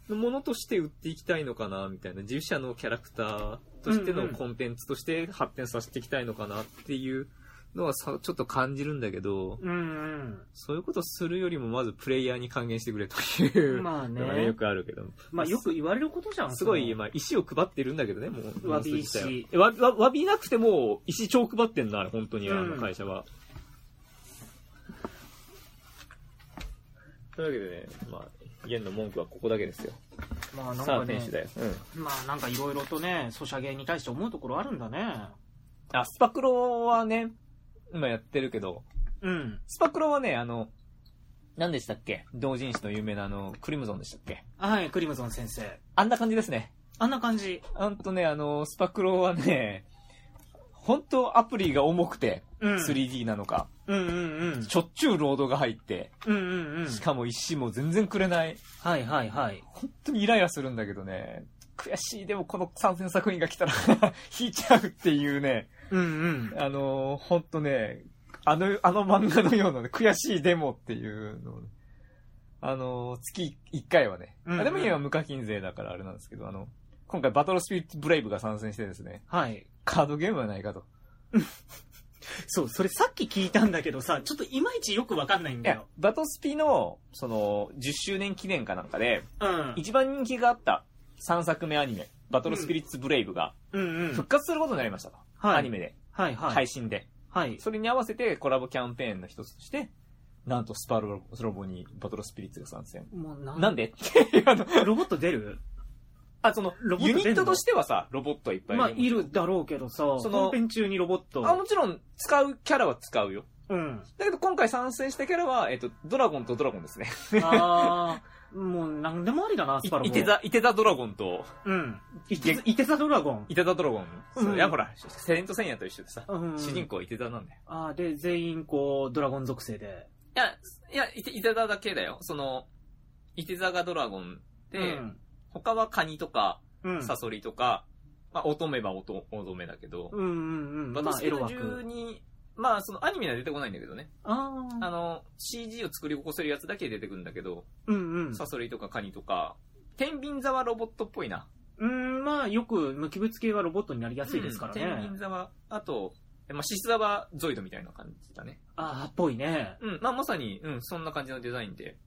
Speaker 2: のものとして売っていきたいのかな、みたいな。自社のキャラクターとして
Speaker 1: うん
Speaker 2: の
Speaker 1: うん
Speaker 2: コンテンツとして発展させていきたいのかなっていうのはさ、ちょっと感じるんだけど、
Speaker 1: うん
Speaker 2: そういうことするよりもまずプレイヤーに還元してくれという
Speaker 1: うん。。まあ
Speaker 2: のがね
Speaker 1: ね
Speaker 2: よ。くあるけど。
Speaker 1: まあよく言われることじゃん。
Speaker 2: すごい、
Speaker 1: その
Speaker 2: まあ、石を配ってるんだけどね、もう。
Speaker 1: わび
Speaker 2: 自
Speaker 1: 石
Speaker 2: 体はえわわわびなくても、石超配ってんの、あれ、本当に、あ
Speaker 1: う
Speaker 2: の
Speaker 1: ん
Speaker 2: 会社は。というわけでね、まあ、ゲンの文句はここだけですよ。
Speaker 1: まあなん
Speaker 2: さ
Speaker 1: か
Speaker 2: あ、
Speaker 1: ね
Speaker 2: 選手。だよ。うん。
Speaker 1: まあなんかいろいろとね、ソシャゲに対して思うところあるんだね。
Speaker 2: あ、スパクロはね、今やってるけど、
Speaker 1: うん。
Speaker 2: スパクロはね、あの、何でしたっけ同人誌の有名なあの、クリムゾンでしたっけ
Speaker 1: はい、クリムゾン先生。
Speaker 2: あんな感じですね。
Speaker 1: あんな感じ。
Speaker 2: あんとね、あの、スパクロはね、本当アプリが重くて、
Speaker 1: うん。
Speaker 2: 3D なのか、
Speaker 1: うんうんうん。
Speaker 2: しょっちゅうロードが入って、
Speaker 1: うんうんうん。
Speaker 2: しかも石も全然くれない。
Speaker 1: はいはいはい。
Speaker 2: 本当にイライラするんだけどね。悔しい、でもこの参戦作品が来たら、 引いちゃうっていうね。
Speaker 1: うんうん。
Speaker 2: あのー、ほんとね、あの、あの漫画のようなね、悔しいデモっていうのをねあのー、月1回はね。
Speaker 1: うんうん
Speaker 2: あでも今無課金勢だからあれなんですけど、あの、今回バトルスピリットブレイブが参戦してですね、
Speaker 1: はい。
Speaker 2: カードゲームはないかと。
Speaker 1: そう、それさっき聞いたんだけどさ、ちょっといまいちよくわかんないん
Speaker 2: い
Speaker 1: だ
Speaker 2: や
Speaker 1: よ。、
Speaker 2: バトスピの、その、10周年記念かなんかで、
Speaker 1: うん。
Speaker 2: 一番人気があった3作目アニメ、バトルスピリッツブレイブが
Speaker 1: うんう
Speaker 2: 復
Speaker 1: ん。
Speaker 2: 活することになりましたと。
Speaker 1: はい。
Speaker 2: アニメで、
Speaker 1: はいは
Speaker 2: 配
Speaker 1: い。
Speaker 2: 信で。
Speaker 1: はい。
Speaker 2: それに合わせてコラボキャンペーンの一つとして、なんとスパロボにバトルスピリッツが参戦。
Speaker 1: もうな
Speaker 2: なんでっていうあの、
Speaker 1: ロボット出 る
Speaker 2: あ、その、
Speaker 1: ロボッ
Speaker 2: ユ
Speaker 1: ト
Speaker 2: ニ
Speaker 1: 出
Speaker 2: ッ
Speaker 1: んの
Speaker 2: トとしてはさ、ロボットはいっぱい
Speaker 1: まあ、い
Speaker 2: る。
Speaker 1: るだろうけどさ、
Speaker 2: その
Speaker 1: 本編中にロボッ
Speaker 2: あ、
Speaker 1: ト。
Speaker 2: もちろん、使うキャラは使うよ。
Speaker 1: うん。
Speaker 2: だけど今回参戦したキャラは、えっと、ドラゴンとドラゴンですね。
Speaker 1: あー、もう何でもありだな、スパロボ。
Speaker 2: いて座、いて座ドラゴンと、
Speaker 1: うん。いて座いて座ドラゴン。
Speaker 2: いて座ドラゴン。そう
Speaker 1: うん
Speaker 2: いや、ほら、セレントセンヤと一緒でさ、
Speaker 1: うん
Speaker 2: 主人公はいて座なんだよ。
Speaker 1: あーで、全員こう、ドラゴン属性で。
Speaker 2: いや、いや、いて、いて座だけだよ。その、いて座がドラゴンで、
Speaker 1: うん。
Speaker 2: 他はカニとか、
Speaker 1: うん。
Speaker 2: サソリとか、まあ、乙女は乙乙女だけど、
Speaker 1: うんうんうん。
Speaker 2: バ
Speaker 1: ま
Speaker 2: ト
Speaker 1: あ
Speaker 2: ス、
Speaker 1: エ
Speaker 2: ピ
Speaker 1: ロ
Speaker 2: の
Speaker 1: 枠。
Speaker 2: 12、まあ、そのアニメには出てこないんだけどね。
Speaker 1: あ
Speaker 2: あ
Speaker 1: あ。
Speaker 2: の、CG を作り起こせるやつだけ出てくるんだけど、
Speaker 1: うんうん。
Speaker 2: サソリとかカニとか、天秤座はロボットっぽいな。
Speaker 1: うん、まあ、よく無機物系はロボットになりやすいですからね。
Speaker 2: うん天秤座は、あと、えまあ、獅子座はゾイドみたいな感じだね。
Speaker 1: ああ、っぽいね。
Speaker 2: うん、まあ、まさに、うん、そんな感じのデザインで、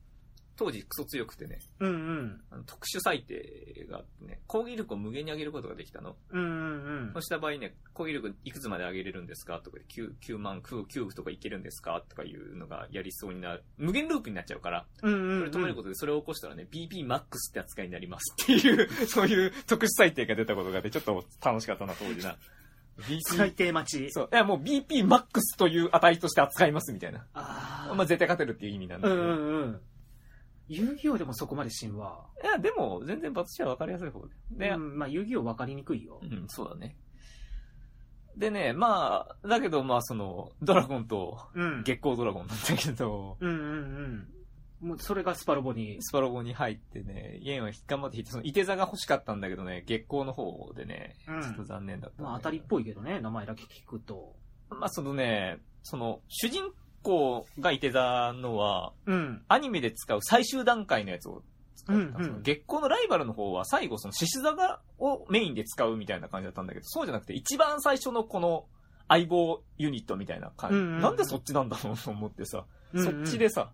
Speaker 2: 当時クソ強くてね、
Speaker 1: うんうん。
Speaker 2: あの特殊裁定があってね、攻撃力を無限に上げることができたの。
Speaker 1: うんうん
Speaker 2: そうした場合ね、攻撃力いくつまで上げれるんですかとかで 9, 9万、9、9とかいけるんですかとかいうのがやりそうになる。無限ループになっちゃうから、
Speaker 1: うん。うん
Speaker 2: そ
Speaker 1: うんう
Speaker 2: れ
Speaker 1: ん。
Speaker 2: 止めることでそれを起こしたらね、BPMAX って扱いになりますっていう、 そういう特殊裁定が出たことがあって、ちょっと楽しかったな、当時な。
Speaker 1: 最
Speaker 2: BP、
Speaker 1: 低待ち。
Speaker 2: そう、いやもう BPMAX という値として扱いますみたいな。
Speaker 1: ああ。
Speaker 2: まあ絶対勝てるっていう意味なん
Speaker 1: う
Speaker 2: だけ
Speaker 1: んう
Speaker 2: ど。
Speaker 1: んうん。遊戯王でもそこまで神話。
Speaker 2: いや、でも全然私は分かりやすい方で。で、
Speaker 1: うん、まあ遊戯王分かりにくいよ
Speaker 2: う。ん、そうだね。でね、まあ、だけどまあその、ドラゴンと、
Speaker 1: うん。
Speaker 2: 月光ドラゴンなんだけど、
Speaker 1: うんうんうん。もうそれがスパロボに。
Speaker 2: スパロボに入ってね、ゲンは頑張って引いて、その、いて座が欲しかったんだけどね、月光の方でね、
Speaker 1: う
Speaker 2: ちょっと
Speaker 1: ん。
Speaker 2: 残念だったんだけど、
Speaker 1: まあ当たりっぽいけどね、名前だけ聞くと。
Speaker 2: まあそのね、その、主人公がいて座のは、
Speaker 1: うん。
Speaker 2: アニメで使う最終段階のやつを使ってたんですけど、
Speaker 1: うんうん
Speaker 2: 月光のライバルの方は最後、その、獅子座が、をメインで使うみたいな感じだったんだけど、そうじゃなくて、一番最初のこの、相棒ユニットみたいな感じ。
Speaker 1: うんうんうん
Speaker 2: なんでそっちなんだろうと思ってさ、
Speaker 1: うん
Speaker 2: そっちでさ、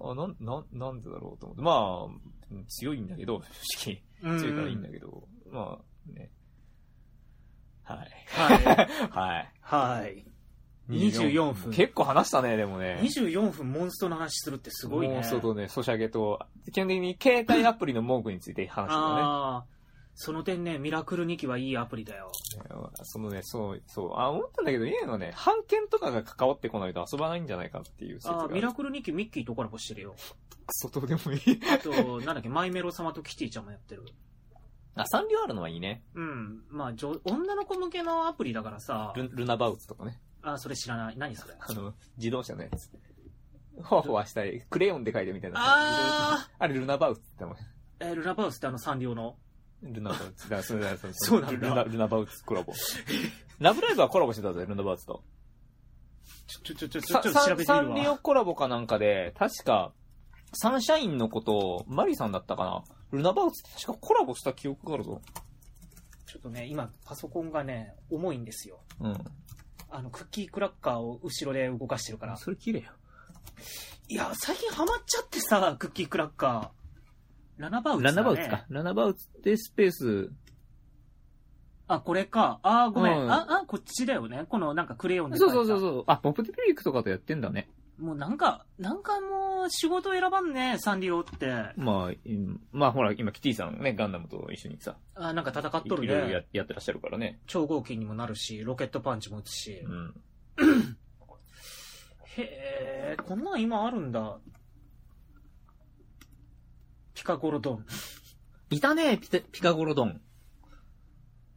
Speaker 2: あ、なん、なん、なんでだろうと思って。まあうん、強いんだけど、正直。強いからいいんだけど、まあ、ね。はい。
Speaker 1: はい。
Speaker 2: はい。
Speaker 1: はい。24分
Speaker 2: 結構話したね、でもね。
Speaker 1: 24分モンストの話するってすごいね。
Speaker 2: もうそうとね、ソシャゲと、基本的に携帯アプリの文句について話したのね。
Speaker 1: ああ、その点ね、ミラクル2期はいいアプリだよ。
Speaker 2: そのね、そう、そう、あ、思ったんだけど、いいのはね、版権とかが関わってこないと遊ばないんじゃないかっていう説が
Speaker 1: あ
Speaker 2: あ
Speaker 1: あ、
Speaker 2: る。
Speaker 1: ミ
Speaker 2: ク
Speaker 1: ラクル2期ミッキーとコラボしてるよ。
Speaker 2: ソどうでもいい。
Speaker 1: あと、 なんだっけ、マイメロ様とキティちゃんもやってる。
Speaker 2: あ、サンリオあるのはいいね。
Speaker 1: うん。まあ、女女の子向けのアプリだからさ、
Speaker 2: ルルナバウツとかね。
Speaker 1: あ、それ知らない。何それ。
Speaker 2: あの、自動車のやつ。ほわほわしたり、クレヨンで書いてみたいな。
Speaker 1: あ
Speaker 2: あれ、ルナバウツって言った
Speaker 1: えールナバウスってあのサンリオの。
Speaker 2: もん。ルナバウツ。だ からそれだから
Speaker 1: そうなんだ
Speaker 2: ルナルナバウツコラボ。ラブライブはコラボしてたぜ、ルナバウツと。
Speaker 1: ちょ、ちょ、ちょ、ちょ、
Speaker 2: さ
Speaker 1: ちょっと
Speaker 2: サ
Speaker 1: 調べ
Speaker 2: ン
Speaker 1: て
Speaker 2: サ
Speaker 1: み
Speaker 2: ン
Speaker 1: る
Speaker 2: リオ
Speaker 1: わ。
Speaker 2: コラボかなんかで、確か、サンシャインのことを、マリさんだったかな。ルナバウツって確かコラボした記憶があるぞ。
Speaker 1: ちょっとね、今、パソコンがね、重いんですよ。
Speaker 2: うん。
Speaker 1: あの、クッキークラッカーを後ろで動かしてるから。
Speaker 2: それ綺麗よ。
Speaker 1: いや、最近ハマっちゃってさ、クッキークラッカー。ラナバウツだ、
Speaker 2: ラ
Speaker 1: ね。
Speaker 2: ナバウツか。。ラナバウツでスペース、
Speaker 1: あ、これか。あー、ごめん。
Speaker 2: うん
Speaker 1: あ、あ、こっちだよね。このなんかクレヨンで
Speaker 2: そうそうそう
Speaker 1: う。
Speaker 2: そう。あ、ポップティピリックとかとやってんだね。
Speaker 1: もうなんか、なんかもう仕事選ばんね、サンリオって。
Speaker 2: まあ、うんまあほら、今キティさんね、ガンダムと一緒にさ、
Speaker 1: あ、なんか戦っ
Speaker 2: い
Speaker 1: と
Speaker 2: ろ
Speaker 1: る
Speaker 2: いろや
Speaker 1: ね。
Speaker 2: やってらっしゃるからね。
Speaker 1: 超合金にもなるし、ロケットパンチも打つし。
Speaker 2: うん。
Speaker 1: へえ、こんなん今あるんだ。ピカゴロドン。
Speaker 2: いたね、ピタピカゴロドン。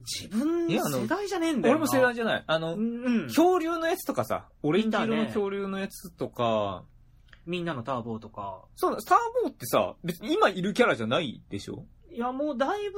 Speaker 1: 自分
Speaker 2: いやあの
Speaker 1: 世代じゃねえんだよ
Speaker 2: 俺
Speaker 1: な。
Speaker 2: も世代じゃない。あ
Speaker 1: うん、
Speaker 2: の、
Speaker 1: うん。
Speaker 2: 恐竜のやつとかさ、オレンジ色の
Speaker 1: いたね
Speaker 2: 恐竜のやつとか、
Speaker 1: みんなのターボーとか。
Speaker 2: そうだ、スターボーってさ、別に今いるキャラじゃないでしょ
Speaker 1: いや、もうだいぶ、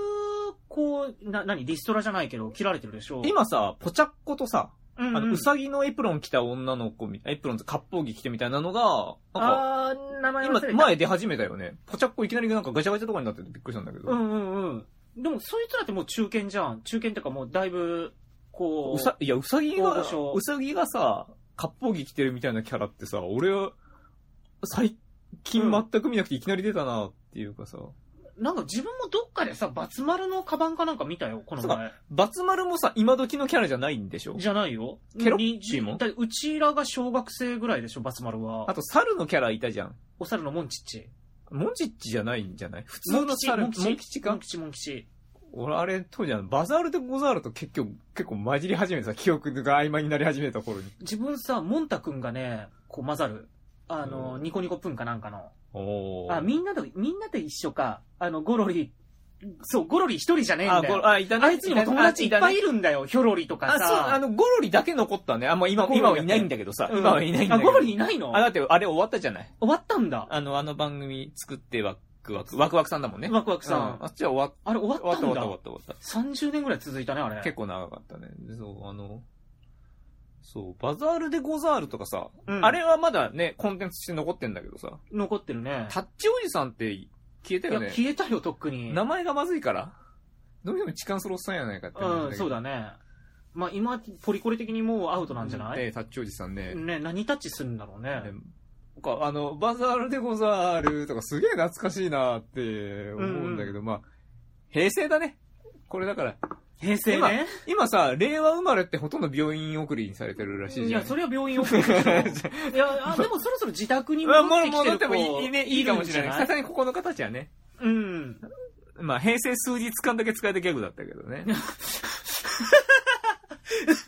Speaker 1: こう、な、なに、リストラじゃないけど、切られてるでしょ。、
Speaker 2: 今さ、ポチャッコとさ、
Speaker 1: うんうん、
Speaker 2: あの、うさぎのエプロン着た女の子み、エプロンと割烹着着てみたいなのが、なんか、
Speaker 1: あー、名前忘
Speaker 2: 今
Speaker 1: れた、
Speaker 2: 前出始めたよね。ポチャッコいきなりなんかガチャガチャとかになっててびっくりしたんだけど。
Speaker 1: うんうんうん。でも、そいつらってもう中堅じゃん。中堅ってかもうだいぶ、こう。
Speaker 2: うさ、いや、うさぎ
Speaker 1: 大
Speaker 2: が
Speaker 1: 御所、
Speaker 2: うさぎがさ、割烹着着てるみたいなキャラってさ、俺は、最近全く見なくていきなり出たなっていうかさ、
Speaker 1: なんか自分もどっかでさ、バツ丸のカバンかなんか見たよ、この前。
Speaker 2: バツ丸もさ、今時のキャラじゃないんでしょ
Speaker 1: じゃないよ。
Speaker 2: ケロッチも
Speaker 1: 20だってうちらが小学生ぐらいでしょ、バツ丸は。
Speaker 2: あと、猿のキャラいたじゃん。
Speaker 1: お猿のモンチッチ。
Speaker 2: モンチッチじゃないんじゃない普通の猿、モ
Speaker 1: モン吉
Speaker 2: ン吉
Speaker 1: モ
Speaker 2: か
Speaker 1: ン吉、モン吉。
Speaker 2: 俺、あれ、当時あの、バザールでゴザールと結局、結構混じり始めてさ、記憶が曖昧になり始めた頃に。
Speaker 1: 自分さ、モンタ君がね、こう混ざる。あの、
Speaker 2: うん
Speaker 1: ニコニコプンかなんかの。
Speaker 2: お
Speaker 1: あ、みんなと、みんなで一緒か。あの、ゴロリ。そう、ゴロリ一人じゃねえ
Speaker 2: あ、
Speaker 1: んだ
Speaker 2: ゴ
Speaker 1: よ。
Speaker 2: ロ、あ、いたね。
Speaker 1: あいつにも友達いっぱいい
Speaker 2: る
Speaker 1: るんだよ、ヒョロリとか
Speaker 2: あ、
Speaker 1: さ。
Speaker 2: そう、あの、ゴロリだけ残ったね。あ、もう今、
Speaker 1: ゴロリ
Speaker 2: 今
Speaker 1: だ
Speaker 2: は
Speaker 1: け
Speaker 2: いないんだけどさ。
Speaker 1: うん
Speaker 2: 今はいないんだ
Speaker 1: あ、
Speaker 2: けど。
Speaker 1: ゴロリいないの
Speaker 2: あ、だって、あれ終わったじゃない。
Speaker 1: 終わったんだ。
Speaker 2: あの、あの番組作ってワクワク、ワクワクさんだもんね。
Speaker 1: ワクワクさん。
Speaker 2: うんあっちは終わっ
Speaker 1: あれ終
Speaker 2: 終わ
Speaker 1: わ
Speaker 2: っ
Speaker 1: ったたん
Speaker 2: 終わった
Speaker 1: だ。
Speaker 2: 終わった終わった。
Speaker 1: 30年ぐらい続いたね、あれ。
Speaker 2: 結構長かったね。でそう、あの、そう、バザールでゴザールとかさ、
Speaker 1: うん
Speaker 2: あれはまだね、コンテンツとして残ってんだけどさ、
Speaker 1: 残ってるね。
Speaker 2: タッチおじさんって消えた
Speaker 1: いや、
Speaker 2: よね。
Speaker 1: 消えたよ、とっくに。
Speaker 2: 名前がまずいから、どういうも痴漢するおっさんやないかって話
Speaker 1: うん、そうだね。まあ今、ポリコレ的にもうアウトなんじゃない
Speaker 2: ねタッチおじさんね。
Speaker 1: ね、何タッチするんだろうね。
Speaker 2: なんかあの、バザールでゴザールとかすげえ懐かしいなって思うんだけど、まあ、平成だね。これだから、
Speaker 1: 平成ね。
Speaker 2: 今さ、令和生まれってほとんど病院送りにされてるらしい
Speaker 1: い
Speaker 2: じゃん。
Speaker 1: や、それは病院を送るでしょいや、あでもそろそろ自宅に
Speaker 2: まあ、
Speaker 1: 戻
Speaker 2: も
Speaker 1: ってき
Speaker 2: う
Speaker 1: て
Speaker 2: 戻っ
Speaker 1: る
Speaker 2: て
Speaker 1: 子
Speaker 2: もいい,、ね、いいかもしれない。
Speaker 1: る
Speaker 2: さ
Speaker 1: んじ
Speaker 2: すがにここの形はね。
Speaker 1: ゃないうん。
Speaker 2: まあ、平成数日間だけ使えたギャグだったけど ね。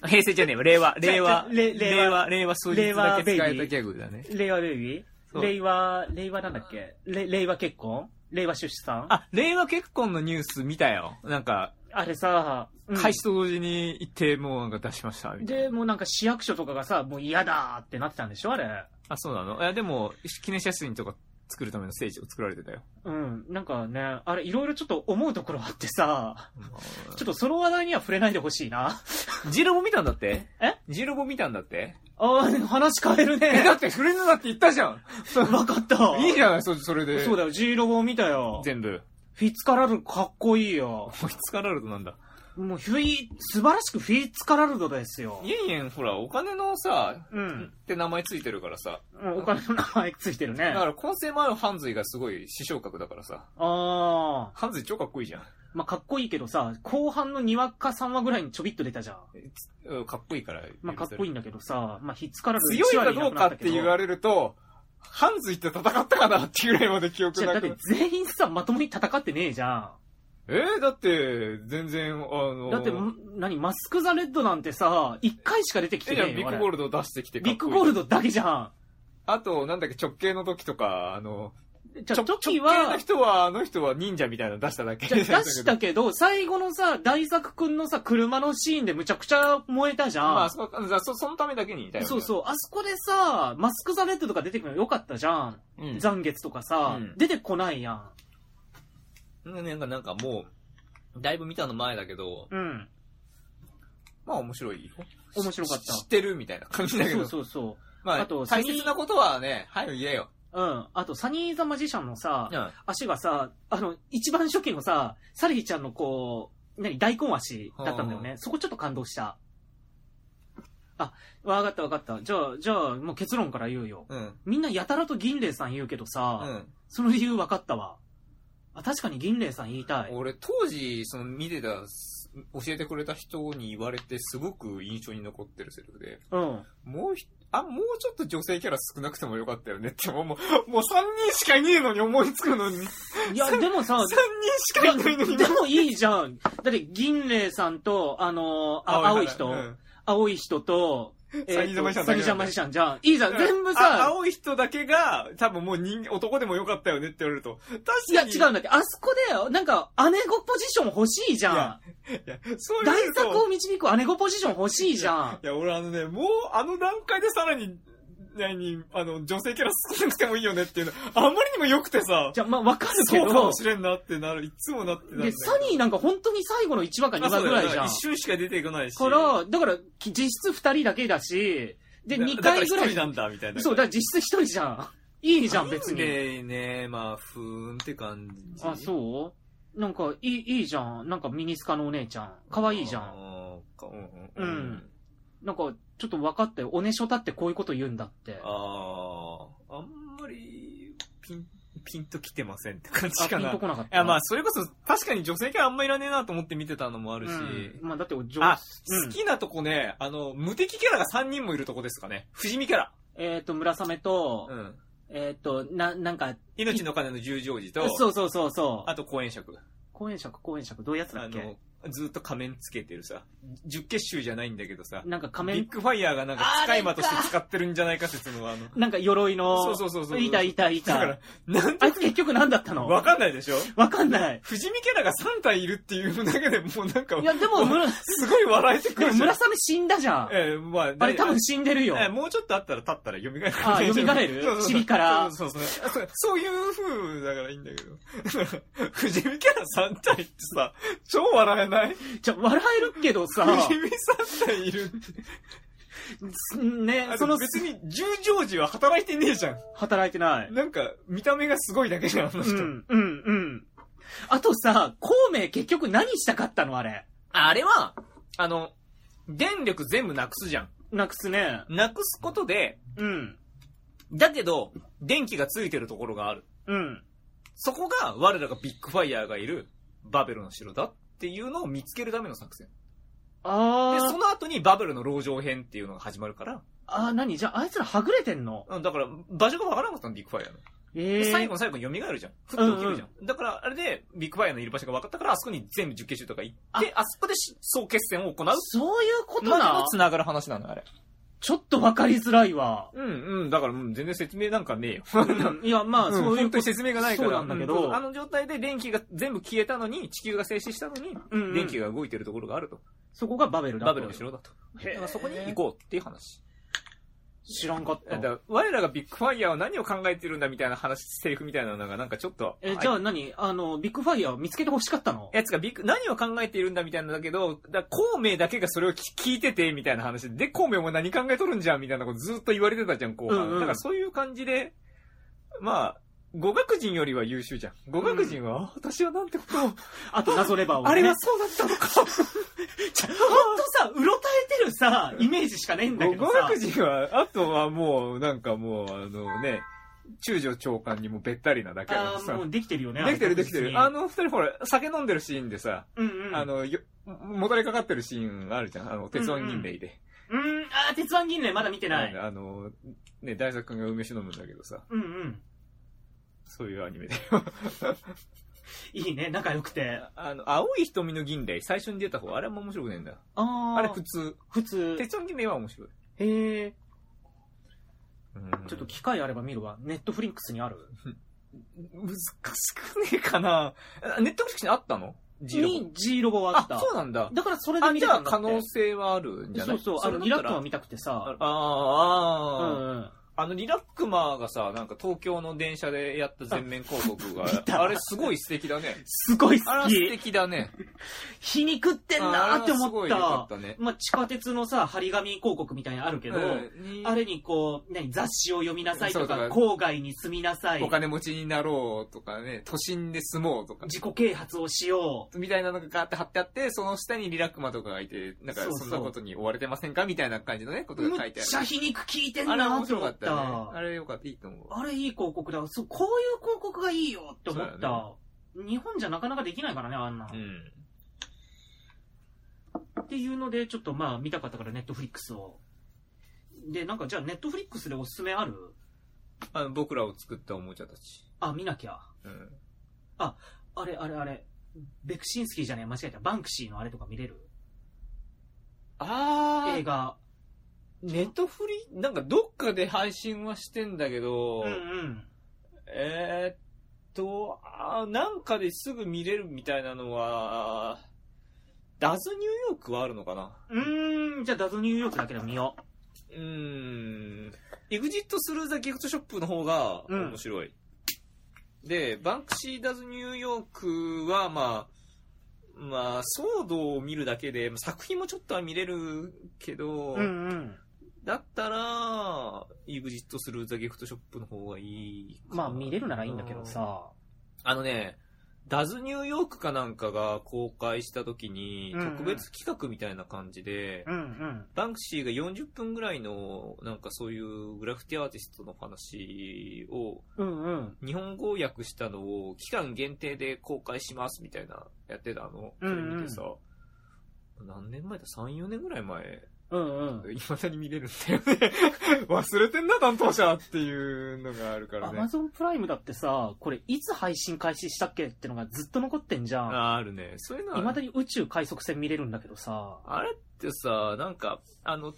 Speaker 2: 平成じゃねえわ、令和、令和、
Speaker 1: じゃじゃれ令和
Speaker 2: 令和、令和数日だけ使えたギャグだね。
Speaker 1: 令和ベイビ
Speaker 2: そ
Speaker 1: ー
Speaker 2: う
Speaker 1: 令和、令和なんだっけれ令和結婚令和出産あ
Speaker 2: あ、令和結婚のニュース見たよ。なんか、
Speaker 1: れさ、うん
Speaker 2: 開始と同時に行って、もうなんか出しました、みたいな
Speaker 1: で、もうなんか市役所とかがさ、もう嫌だーってなってたんでしょあれ。
Speaker 2: あ、そうなのいや、でも、記念写真とか作るための聖地を作られてたよ。
Speaker 1: うん。なんかね、あれいろいろちょっと思うところあってさ、
Speaker 2: まあ
Speaker 1: ちょっとその話題には触れないでほしいな。
Speaker 2: ジロボ見たんだって
Speaker 1: え
Speaker 2: ジロボ見たんだって
Speaker 1: あー、話変える
Speaker 2: え、 だ
Speaker 1: ね。
Speaker 2: って触れるなって言ったじゃん
Speaker 1: わかった。
Speaker 2: いいじゃない、そそれで。
Speaker 1: そうだよ、G ロボを見たよ。
Speaker 2: 全部。
Speaker 1: フィッツカラルかっこいいよ。
Speaker 2: もういつからあるとなんだ。
Speaker 1: もうフィー、素晴らしくフィーツカラルドですよ。
Speaker 2: イェンイェン、ほら、お金のさ、
Speaker 1: うん。
Speaker 2: って名前ついてるからさ。
Speaker 1: うんお金の名前ついてるね。
Speaker 2: だか
Speaker 1: あ
Speaker 2: ら、混成前のハンズイがすごい師匠格だからさ。
Speaker 1: あ
Speaker 2: ハンズイ超かっこいいじゃん。
Speaker 1: ー。まあ、かっこいいけどさ、後半の2話か3話ぐらいにちょびっと出たじゃん。
Speaker 2: うんかっこいいから。
Speaker 1: まあ、かっこいい
Speaker 2: い。
Speaker 1: んだけどさ、まあ、ヒッツカラル
Speaker 2: 強いかどうかって言わ
Speaker 1: れ
Speaker 2: れると、ハンズイって戦ったかなっていうぐらいまで記憶
Speaker 1: じゃ
Speaker 2: な
Speaker 1: だっ
Speaker 2: く
Speaker 1: て。全員さ、まともに戦ってねえじゃん。
Speaker 2: えー、だって、全然、あの、
Speaker 1: だって、ん何、マスク・ザ・レッドなんてさ、1回しか出てきてね
Speaker 2: えじ
Speaker 1: え
Speaker 2: ゃ
Speaker 1: よ
Speaker 2: ん、ビッ
Speaker 1: あれ
Speaker 2: グゴールドを出してきてか
Speaker 1: ビ
Speaker 2: っ
Speaker 1: ッグ
Speaker 2: こいい
Speaker 1: ゴールドだけじゃん。
Speaker 2: あと、なんだっけ、直系の時とか、あの、
Speaker 1: じゃあ、
Speaker 2: ちょ
Speaker 1: チョキ
Speaker 2: 直系の
Speaker 1: は、
Speaker 2: 人は、あの人は忍者みたいなの出しただけ
Speaker 1: じゃあ出したけど、最後のさ、大作くんのさ、車のシーンでむちゃくちゃ燃えたじゃん。
Speaker 2: まあ、そそそのためだけにいたよね
Speaker 1: そうそう。あそこでさ、マスク・ザ・レッドとか出てくるのよかったじゃん。
Speaker 2: うん。
Speaker 1: 残月とかさ、
Speaker 2: うん
Speaker 1: 出てこないやん。
Speaker 2: なんか、なんかもう、だいぶ見たの前だけど、
Speaker 1: うん。
Speaker 2: まあ面白いよ。
Speaker 1: 面白かった
Speaker 2: し知ってるみたいな感じだけど。
Speaker 1: そうそうそ
Speaker 2: まあ、
Speaker 1: あと
Speaker 2: 大切なことはね、早く言えよ。
Speaker 1: う。うん。あと、サニー・ザ・マジシャンのさ、
Speaker 2: うん。
Speaker 1: 足がさ、あの、一番初期のさ、サリヒちゃんのこう、何、大根足だったんだよね。そこちょっと感動した。あ、わかったわかった。じゃあ、じゃあ、もう結論から言うよ。
Speaker 2: うん。
Speaker 1: みんなやたらと銀霊さん言うけどさ、
Speaker 2: うん。
Speaker 1: その理由わかったわ。あ、確かに銀霊さん言いたい。
Speaker 2: 俺、当時、その見てた、す教えてくれた人に言われて、すごく印象に残ってるセリフで、
Speaker 1: うん。
Speaker 2: もうひ、あ、もうちょっと女性キャラ少なくてもよかったよねって、もう、もうもう3人しかいねえのに思いつくのに、3人
Speaker 1: いや、でもさ、
Speaker 2: しかいないのに、
Speaker 1: でもいいじゃん。だって、銀霊さんと、あのーあ青い人、
Speaker 2: うん
Speaker 1: 青い人と、
Speaker 2: サニーザマジシャンだけなんだ
Speaker 1: サニーザマジシャンじゃん。いいじゃん。全部
Speaker 2: あ
Speaker 1: さ、
Speaker 2: 青い人だけが、多分もう人間、男でもよかったよねって言われると、確か
Speaker 1: いや、
Speaker 2: に。
Speaker 1: 違うんだって、あそこで、なんか、姉子ポジション欲しいじ
Speaker 2: い
Speaker 1: ゃん。
Speaker 2: やいや、そういう
Speaker 1: 大作を導く姉子ポジション欲しいじゃん。
Speaker 2: いや、俺あのね、もうあの段階でさらに、何、あの、女性キャラ少なくてもいいよねっていうの、あまりにも良くてさ、
Speaker 1: じゃあ、まあ、わかるけ
Speaker 2: そうか
Speaker 1: ど
Speaker 2: も、しれんなってなる、いつもなってたんだ
Speaker 1: で、
Speaker 2: よ
Speaker 1: サニーなんか本当に最後の1話か2話ぐらいじゃん
Speaker 2: あそうだよだから。一瞬しか出てこないし。
Speaker 1: か、ら、だから、き実質2人だけだし、で、
Speaker 2: だ
Speaker 1: 2回ぐら。
Speaker 2: だから一人ないんだ、みたいな。
Speaker 1: そう、だから実質1人じゃん。いいじゃん、別に。
Speaker 2: ねえねえ、まあ、ふーんって感じ。
Speaker 1: あ、
Speaker 2: う。
Speaker 1: そうなんか、いい、いいじゃん。なんかミニスカのお姉ちゃん。可愛いじゃん。
Speaker 2: あー。かうん。
Speaker 1: うんなんか、ちょっと分かったよ。おねしょだってこういうこと言うんだって。
Speaker 2: ああ、あんまり、ピン、ピンときてませんって
Speaker 1: あ
Speaker 2: 感じか
Speaker 1: ピン
Speaker 2: な。
Speaker 1: と
Speaker 2: い
Speaker 1: こなかった。
Speaker 2: や、まあ、それこそ、確かに女性キャラあんまいらねえなと思って見てたのもあ
Speaker 1: う
Speaker 2: るし、
Speaker 1: ん、まあ、だって、女
Speaker 2: あ、
Speaker 1: うん
Speaker 2: 好きなとこね、あの、無敵キャラが3人もいるとこですかね。不死身キャラ。
Speaker 1: えっ、と、村雨と、
Speaker 2: うん。
Speaker 1: えっ、と、な、なんか、
Speaker 2: 命の鐘の十条寺と、
Speaker 1: そうそうそうそう。
Speaker 2: あと公演尺。
Speaker 1: 公演尺、公演尺、どういうやつだ
Speaker 2: あ
Speaker 1: っけ
Speaker 2: の、ずっと仮面つけてるさ、十結集じゃないんだけどさ、
Speaker 1: なんか仮
Speaker 2: ビ
Speaker 1: 面
Speaker 2: ッ、グファイヤーがなんか使い魔として使ってるんじゃないか説のあの、
Speaker 1: なんか鎧の、
Speaker 2: そうそうそうそう。
Speaker 1: いたいたい
Speaker 2: だから
Speaker 1: た。、
Speaker 2: なん
Speaker 1: あいつ結局何だったの
Speaker 2: わかんないでしょ
Speaker 1: わかんない。
Speaker 2: 不死身キャラが3体いるっていうだけでもうなんか
Speaker 1: い、や、でも、むら、
Speaker 2: すごい笑えてく
Speaker 1: で
Speaker 2: る
Speaker 1: も
Speaker 2: じゃん
Speaker 1: 村。雨死んだじゃん。
Speaker 2: ええ、まあ、
Speaker 1: あれ多分死んでるよ。
Speaker 2: ええもうちょっとあったら立ったら蘇る。
Speaker 1: あー蘇る
Speaker 2: そうそうそう
Speaker 1: 尻から
Speaker 2: そうそうそうそう。そういう風だからいいんだけど。 不死身キャラ3体ってさ、超笑えない
Speaker 1: じゃ、笑えるけど さ、
Speaker 2: 不死身3体いる。
Speaker 1: ね
Speaker 2: あ、の
Speaker 1: その、
Speaker 2: 別に十条寺は働いてねえじゃん。
Speaker 1: 働いてない。
Speaker 2: なんか、見た目がすごいだけじゃん、あの
Speaker 1: う
Speaker 2: 人。
Speaker 1: ん、うん、うん。あとさ、孔明結局何したかったのあれ。
Speaker 2: あれは、あの、電力全部なくすじゃん。
Speaker 1: なくすね。
Speaker 2: なくすことで、
Speaker 1: うん、
Speaker 2: だけど、電気がついてるところがある。
Speaker 1: うん。
Speaker 2: そこが我らがビッグファイヤーがいるバベルの城だっていうのを見つけるための作戦。
Speaker 1: あ
Speaker 2: で、
Speaker 1: ー
Speaker 2: そ、の後にバベルの牢城編っていうのが始まるから、
Speaker 1: あー、何じゃあ、あいつらはぐれてんの
Speaker 2: うんだから場所がわからなかったの、ビッグファイヤーの。
Speaker 1: ええ
Speaker 2: で
Speaker 1: ー。
Speaker 2: 最後の最後に蘇るじゃん。ふっと起きるじゃん。だからあれでビッグファイヤーのいる場所が分かったから、あそこに全部十景集とか行って、あそこでし総決戦を行う。
Speaker 1: そういうこと
Speaker 2: まで
Speaker 1: な
Speaker 2: の繋がる話なの、あれ。
Speaker 1: ちょっとわかりづらいわ。
Speaker 2: うんうん、だからうん全然説明なんかね えよ。
Speaker 1: うんいや、まあ、
Speaker 2: そ
Speaker 1: そうう
Speaker 2: い
Speaker 1: いううこと。
Speaker 2: 説明がないから。
Speaker 1: そうなんだけど
Speaker 2: うあの状態で電気が全部消えたのに、地球が静止したのに、
Speaker 1: うんうん
Speaker 2: 電気が動いてるところがあると。
Speaker 1: そこがバベルだと
Speaker 2: バベルの城だと。
Speaker 1: へー
Speaker 2: だからそこに行こうっていう話。
Speaker 1: 知らんかっ
Speaker 2: だ
Speaker 1: た
Speaker 2: か。ら我らがビッグファイヤーは何を考えてるんだみたいな話、セリフみたいなのがなんかちょっと。
Speaker 1: え、じゃ
Speaker 2: あ
Speaker 1: あ何あの、ビッグファイヤーを見つけて欲しかったの
Speaker 2: やつがビッグ、何を考えているんだみたいなんだけど、だから孔明だけがそれを聞聞いてて、みたいな話で、で孔明も何考えとるんじゃんみたいなことずっと言われてたじゃん、後半。
Speaker 1: うんうん
Speaker 2: だからそういう感じで、まあ、語学人よりは優秀じゃん。語学人は、あ私はなんてことを、
Speaker 1: あと謎レバーを、ね。
Speaker 2: あれはそうだったのか。
Speaker 1: ちゃほんとさ、うろたえてるさ、イメージしかねえんだけど
Speaker 2: 語
Speaker 1: さ
Speaker 2: 学。人は、あとはもう、なんかもう、あのね、中将長官にもべったりなだけ
Speaker 1: あ
Speaker 2: の
Speaker 1: あ、
Speaker 2: さ
Speaker 1: も。うできてるよね。
Speaker 2: できてるできてる。あ
Speaker 1: あの、
Speaker 2: の二人ほら、酒飲んでるシーンでさ、
Speaker 1: うんうん。
Speaker 2: あ、の、よ、もたれかかってるシーンあるじゃん。あの、鉄腕銀霊で。
Speaker 1: うん、あー、鉄腕銀霊まだ見てない。
Speaker 2: あの、ね、大作君が梅酒飲むんだけどさ、
Speaker 1: うんうん。
Speaker 2: そういうアニメで。
Speaker 1: いいね、仲良くて。
Speaker 2: あの、青い瞳の銀霊、最初に出た方、あれも面白くねえんだ。
Speaker 1: ああ
Speaker 2: あれ普通。
Speaker 1: 普通。
Speaker 2: 鉄腕銀霊は面白い。
Speaker 1: へえ。
Speaker 2: うん
Speaker 1: ちょっと機会あれば見るわ。ネットフリックスにある。
Speaker 2: 難しくねえかなあネットフリックスにあったの G ロ
Speaker 1: に G ロゴ
Speaker 2: ボ
Speaker 1: はあっ
Speaker 2: あ、
Speaker 1: た。
Speaker 2: そうなんだ。
Speaker 1: だからそれで
Speaker 2: あ、
Speaker 1: 見
Speaker 2: じ
Speaker 1: れ
Speaker 2: ゃ
Speaker 1: た
Speaker 2: あ
Speaker 1: んだって
Speaker 2: 可能性はあるんじゃな
Speaker 1: そ
Speaker 2: いう
Speaker 1: そう、あの、
Speaker 2: れ
Speaker 1: リラ
Speaker 2: だ
Speaker 1: ッ
Speaker 2: った
Speaker 1: ク
Speaker 2: ら
Speaker 1: は見たくてさ。うん
Speaker 2: ああ、ああ、
Speaker 1: うん。
Speaker 2: あの、リラックマがさ、なんか東京の電車でやった全面広告が
Speaker 1: あ見、た
Speaker 2: あれすごい素敵だね。
Speaker 1: すごい
Speaker 2: あ
Speaker 1: 好
Speaker 2: れは素
Speaker 1: き。
Speaker 2: 敵だね。
Speaker 1: 皮肉ってんなーって思っ。
Speaker 2: あれはすごい良かったたね。
Speaker 1: まあ、地下鉄のさ、張り紙広告みたいなのあるけど、
Speaker 2: うん
Speaker 1: あれにこう、何、雑誌を読みなさいと
Speaker 2: そう
Speaker 1: か、
Speaker 2: だから
Speaker 1: 郊外に住みなさい
Speaker 2: お、金持ちになろうとかね、都心で住もうとか。
Speaker 1: 自己啓発をしよ
Speaker 2: みたいなのがガーって貼ってあって、その下にリラックマとかがいて、なんか
Speaker 1: そうそう
Speaker 2: そんなことに追われてませんかみたいな感じのね、こと
Speaker 1: う。
Speaker 2: が
Speaker 1: む
Speaker 2: 書い
Speaker 1: って
Speaker 2: あ
Speaker 1: ちゃ
Speaker 2: る。
Speaker 1: 皮肉効いてん
Speaker 2: あれ
Speaker 1: なー
Speaker 2: 面
Speaker 1: って
Speaker 2: 白
Speaker 1: 思
Speaker 2: かっ
Speaker 1: ったた。
Speaker 2: ね。あれよかった、いいと思う。
Speaker 1: あれいい広告だ。そう、こういう広告がいいよって思っ
Speaker 2: そうだ
Speaker 1: た。日本じゃなかなかできないからね、あんな。
Speaker 2: うん。
Speaker 1: っていうので、ちょっとまあ見たかったから、ネットフリックスを。で、なんかじゃあ、ネットフリックスでおすすめある
Speaker 2: あの、僕らを作ったおもちゃたち。
Speaker 1: あ、見なきゃ。
Speaker 2: うん。
Speaker 1: あれ、あれ、あれ。ベクシンスキーじゃねえ、間違えた。バンクシーのあれとか見れる
Speaker 2: あ
Speaker 1: 映画。
Speaker 2: ネットフリなんかどっかで配信はしてんだけど、
Speaker 1: うんうん。
Speaker 2: えーっと、あーなんかですぐ見れるみたいなのは、ダズニューヨークはあるのかな
Speaker 1: うーん、じゃあ、ダズニューヨークだけでも見よ
Speaker 2: うーん。エグジットスルーザギフトショップの方が
Speaker 1: うん
Speaker 2: 面白い。で、バンクシーダズニューヨークは、まあ、まあ、騒動を見るだけで、作品もちょっとは見れるけ
Speaker 1: う。
Speaker 2: ど、
Speaker 1: うんうん。
Speaker 2: だったら、エグジットスルーザギフトショップの方がいいかな。
Speaker 1: まあ、見れるならいいんだけどさ。
Speaker 2: あのね、ダズニューヨークかなんかが公開した時に、
Speaker 1: うんうん
Speaker 2: 特別企画みたいな感じで、
Speaker 1: うんうん。
Speaker 2: バンクシーが40分ぐらいの、なんかそういうグラフィティアーティストの話を、
Speaker 1: うんうん。
Speaker 2: 日本語訳したのを期間限定で公開しますみたいな、やってたの。そ
Speaker 1: うん
Speaker 2: れ
Speaker 1: うん
Speaker 2: 見てさ、何年前だ ?3、4年ぐらい前。
Speaker 1: うんうん。
Speaker 2: 未だに見れるんだよ ね。忘れてんな、担当者っていうのがあるか
Speaker 1: ア
Speaker 2: ら
Speaker 1: マ
Speaker 2: ね。
Speaker 1: ゾンプライムだってさ、これいつ配信開始したっけってのがずっと残ってんじゃん。
Speaker 2: ああるね。そういうのは、
Speaker 1: いまだに宇宙快速船見れるんだけどさ。
Speaker 2: あれってさ、なんか、あの、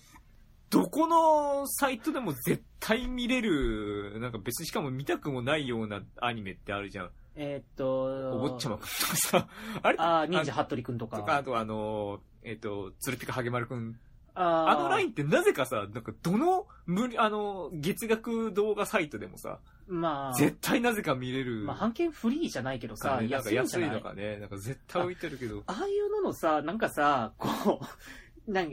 Speaker 2: どこのサイトでも絶対見れる、なんか別にしかも見たくもないようなアニメってあるじゃん。
Speaker 1: えーっと、
Speaker 2: お坊ちゃまくんとかさ、 あれ
Speaker 1: ああ、忍者ハットリくんとか。
Speaker 2: とか、あとあの、えっ、と、つるぴかはげまるくん。
Speaker 1: あ
Speaker 2: あのラインってなぜかさ、なんかどの、無理、あの、月額動画サイトでもさ、
Speaker 1: ン。まあ、
Speaker 2: 絶対なぜか見れる。
Speaker 1: まあ、半券フリーじゃないけどさ、
Speaker 2: なん
Speaker 1: 安
Speaker 2: か
Speaker 1: いんじ
Speaker 2: 安
Speaker 1: ゃ
Speaker 2: い
Speaker 1: な
Speaker 2: の
Speaker 1: い
Speaker 2: かね、なんか絶対置いてるけど。
Speaker 1: ああいうののさ、なんかさ、こう、 なん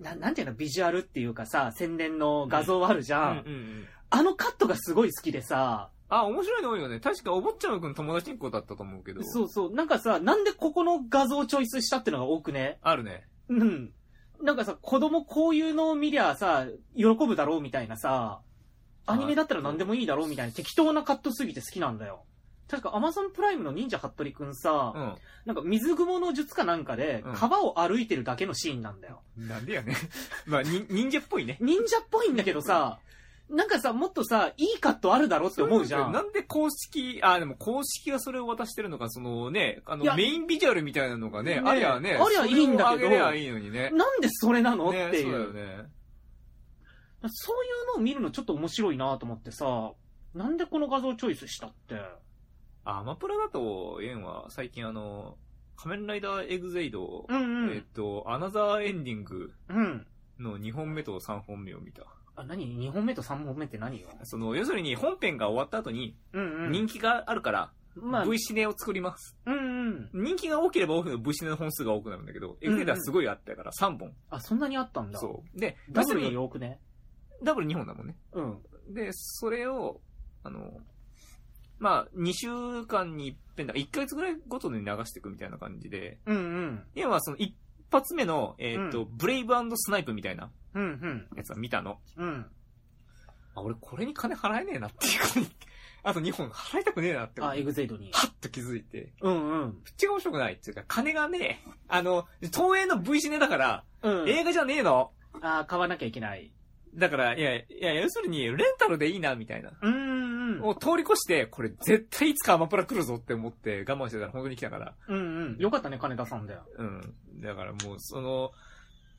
Speaker 1: ななんていうの、ビジュアルっていうかさ、宣伝の画像あるじ
Speaker 2: う
Speaker 1: ゃん。
Speaker 2: ん。
Speaker 1: あのカットがすごい好きでさ、
Speaker 2: あ、面白いの多いよね。確かお坊ちゃまくん友達ん子だったと思うけど。
Speaker 1: そうそう、なんかさ、なんでここの画像をチョイスしたってのが多くね。
Speaker 2: あるね。
Speaker 1: うん。なんかさ、子供こういうのを見りゃさ、喜ぶだろうみたいなさ、アニメだったら何でもいいだろうみたいな適当なカットすぎて好きなんだよ。確か Amazon プライムの忍者ハットリくんさ、
Speaker 2: うん。
Speaker 1: なんか水雲の術かなんかで
Speaker 2: うん、
Speaker 1: 川を歩いてるだけのシーンなんだよ。
Speaker 2: なん でやね。まあ、に忍者っぽいね。
Speaker 1: 忍者っぽいんだけどさ、なんかさ、もっとさ、いいカットあるだろって思うじゃん。
Speaker 2: なんで公式、あ、でも公式がそれを渡してるのか、そのね、あ
Speaker 1: いや
Speaker 2: の、メインビジュアルみたいなのがね、
Speaker 1: ね
Speaker 2: ありゃね、
Speaker 1: ありゃいいんだけど
Speaker 2: それをあげりゃいいのにね。
Speaker 1: なんでそれなの、
Speaker 2: ね
Speaker 1: ってい
Speaker 2: そううだよね。
Speaker 1: そういうのを見るのちょっと面白いなと思ってさ、なんでこの画像チョイスしたって。
Speaker 2: あアマプラだと、エンは最近あの、仮面ライダーエグゼイド、
Speaker 1: うんう
Speaker 2: えっ
Speaker 1: ん。
Speaker 2: と、アナザーエンディング
Speaker 1: うん。
Speaker 2: の2本目と3本目を見た。
Speaker 1: あ、何 ?2 本目と3本目って何よ
Speaker 2: その、要するに本編が終わった後に、
Speaker 1: うんうん。
Speaker 2: 人気があるから、
Speaker 1: まあ、
Speaker 2: V シネを作ります。
Speaker 1: うんうん。
Speaker 2: 人気が多ければ多くの V シネの本数が多くなるんだけど、エグゼイドはすごいあったから3本。
Speaker 1: あ、そんなにあったんだ。
Speaker 2: そう。で、
Speaker 1: ダブル
Speaker 2: 別
Speaker 1: の
Speaker 2: に
Speaker 1: よくね。
Speaker 2: ダブル2本だもんね。
Speaker 1: うん。
Speaker 2: で、それを、あの、まあ、2週間に一遍だから、1ヶ月ぐらいごとに流していくみたいな感じで、
Speaker 1: うんうん。
Speaker 2: 今はその一発目の、えっ、と、ブレイブスナイプみたいな
Speaker 1: うんうん。
Speaker 2: やつは見たの。
Speaker 1: うん。
Speaker 2: あ、俺これに金払えねえなっていうことに、 あと2本払いたくねえなってこと
Speaker 1: あ、エ
Speaker 2: に、
Speaker 1: グゼイドに。
Speaker 2: はっと気づいて、
Speaker 1: うんうん。
Speaker 2: ぶっちゃけ面白くないっていうか、金がね、あの、東映の V シネだから、
Speaker 1: うん。
Speaker 2: 映画じゃねえの。
Speaker 1: あー買わなきゃいけない。
Speaker 2: だから、いや、いや、要するに、レンタルでいいな、みたいな。
Speaker 1: うんうん。
Speaker 2: を通り越して、これ絶対いつかアマプラ来るぞって思って我慢してたら本当に来たから。
Speaker 1: うんうん。よかったね、金田さんだよ。
Speaker 2: うん。だからもう、その、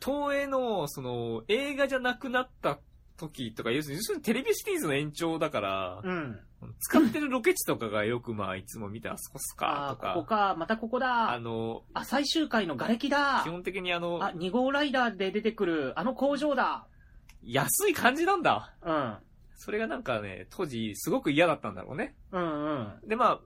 Speaker 2: 東映の、その、映画じゃなくなった時とか、要するに要するにテレビシリーズの延長だから、
Speaker 1: うん。
Speaker 2: 使ってるロケ地とかがよくまあ、いつも見てあそこっす
Speaker 1: あ
Speaker 2: か、と
Speaker 1: ーここ
Speaker 2: か、
Speaker 1: か、またここ
Speaker 2: あ
Speaker 1: だ。
Speaker 2: の、
Speaker 1: あ、最終回の瓦礫だ
Speaker 2: 基。本的にあの、
Speaker 1: あ、2号ライダーで出てくる、あの工場だ。
Speaker 2: 安い感じなんだ。
Speaker 1: うん。
Speaker 2: それがなんかね、当時すごく嫌だったんだろうね。
Speaker 1: うんうん。
Speaker 2: で、まあ、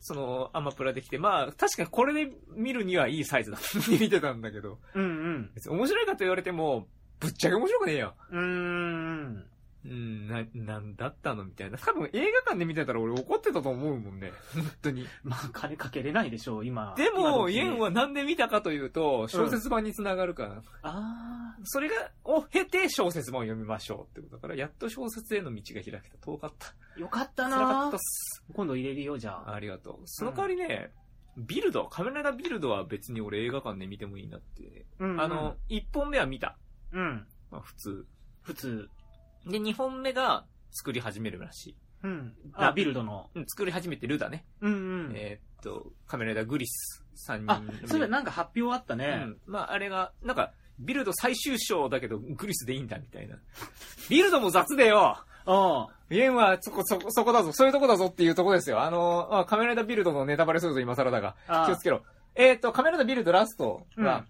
Speaker 2: その、アマプラできて、まあ、確かにこれで見るにはいいサイズだ。見てたんだけど。
Speaker 1: うんうん。
Speaker 2: 別に面白いかと言われても、ぶっちゃけ面白くねえよ。
Speaker 1: うーん。
Speaker 2: うん、な、なんだったのみたいな。多分映画館で見てたら俺怒ってたと思うもんね。本当に。
Speaker 1: まあ、金かけれないでしょう、今。
Speaker 2: でも、イ
Speaker 1: 家
Speaker 2: エンはなんで見たかというと、小説版につながるから、
Speaker 1: あ
Speaker 2: それが、を経て小説版を読みましょうってことだから、やっと小説への道が開けた。遠かった。
Speaker 1: あ、よかった
Speaker 2: 辛か
Speaker 1: な
Speaker 2: ったっす。
Speaker 1: 今度入れるよ、じゃあ。
Speaker 2: ありがとう。その代わりね、ビルド、カメラビルドは別に俺映画館で見てもいいなって。
Speaker 1: うんうん
Speaker 2: あの、、1本目は見た。
Speaker 1: うん。
Speaker 2: まあ普通。
Speaker 1: 普通。
Speaker 2: で、2本目が作り始めるらしい。
Speaker 1: うん。あ、ビルドの。
Speaker 2: うん、作り始めてるだね。
Speaker 1: うんうん。
Speaker 2: えーっと、カメラだグリス3人。
Speaker 1: あ、そういえばなんか発表あった
Speaker 2: う
Speaker 1: ね。
Speaker 2: ん。まあ、あれが、なんか、ビルド最終章だけど、グリスでいいんだ、みたいな。ビルドも雑でよ
Speaker 1: ああ。
Speaker 2: イエンは、そこ、そこ、そこだぞ、そういうとこだぞっていうとこですよ。あの、あカメラだビルドのネタバレするぞ、今更だが。
Speaker 1: ああ
Speaker 2: 気をつけろ。えーっと、カメラだビルドラスト
Speaker 1: うん
Speaker 2: は、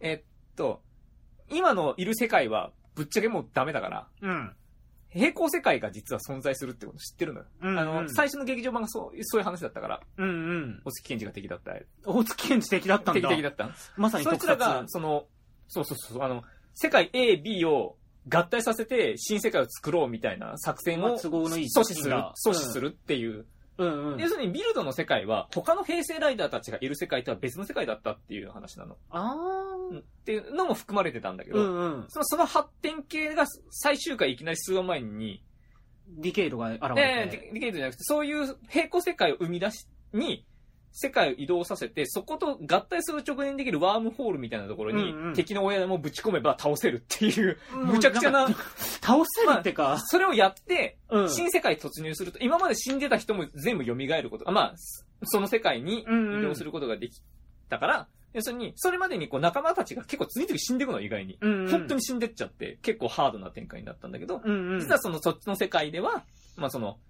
Speaker 2: えーっと、今のいる世界は、ぶっちゃけもうダメだから、
Speaker 1: うん。
Speaker 2: 平行世界が実は存在するってこと知ってるのよ。
Speaker 1: うんうん
Speaker 2: あの、最初の劇場版がそう、そういう話だったから、
Speaker 1: うんうん。
Speaker 2: 大月健二が敵だった。
Speaker 1: 大月健二的だったん
Speaker 2: 敵
Speaker 1: だ。
Speaker 2: 敵だったん
Speaker 1: まさに
Speaker 2: そい
Speaker 1: 特撮。
Speaker 2: つらが、その、そうそうそう、あの、世界 A、B を合体させて、新世界を作ろうみたいな作戦
Speaker 1: まあ
Speaker 2: を阻
Speaker 1: 都合のいい
Speaker 2: 止する、
Speaker 1: うん
Speaker 2: 阻止するっていう。
Speaker 1: うんうん。
Speaker 2: 要するに、ビルドの世界は、他の平成ライダーたちがいる世界とは別の世界だったっていう話なの。
Speaker 1: あ
Speaker 2: うん
Speaker 1: ー
Speaker 2: っていうのも含まれてたんだけど、
Speaker 1: うんうん。
Speaker 2: そのその発展系が最終回いきなり数話前に、
Speaker 1: ディケイドが現れ
Speaker 2: ええ
Speaker 1: て。
Speaker 2: ディケイドじゃなくて、そういう平行世界を生み出し、に、世界を移動させて、そこと合体する直面できるワームホールみたいなところに、
Speaker 1: うんうん
Speaker 2: 敵の親玉をぶち込めば倒せるっていう、
Speaker 1: もう
Speaker 2: むちゃくちゃな、
Speaker 1: んか倒せるってか。
Speaker 2: それをやって、
Speaker 1: うん。
Speaker 2: 新世界に突入すると、今まで死んでた人も全部蘇ること、あまあ、その世界に
Speaker 1: うんうん
Speaker 2: 移動することができたから、要するに、それまでにこう仲間たちが結構次々死んでいくの、意外に。
Speaker 1: うんうん。
Speaker 2: 本当に死んでっちゃって、結構ハードな展開になったんだけど、
Speaker 1: うんうん。
Speaker 2: 実はそのそっちの世界では、まあその、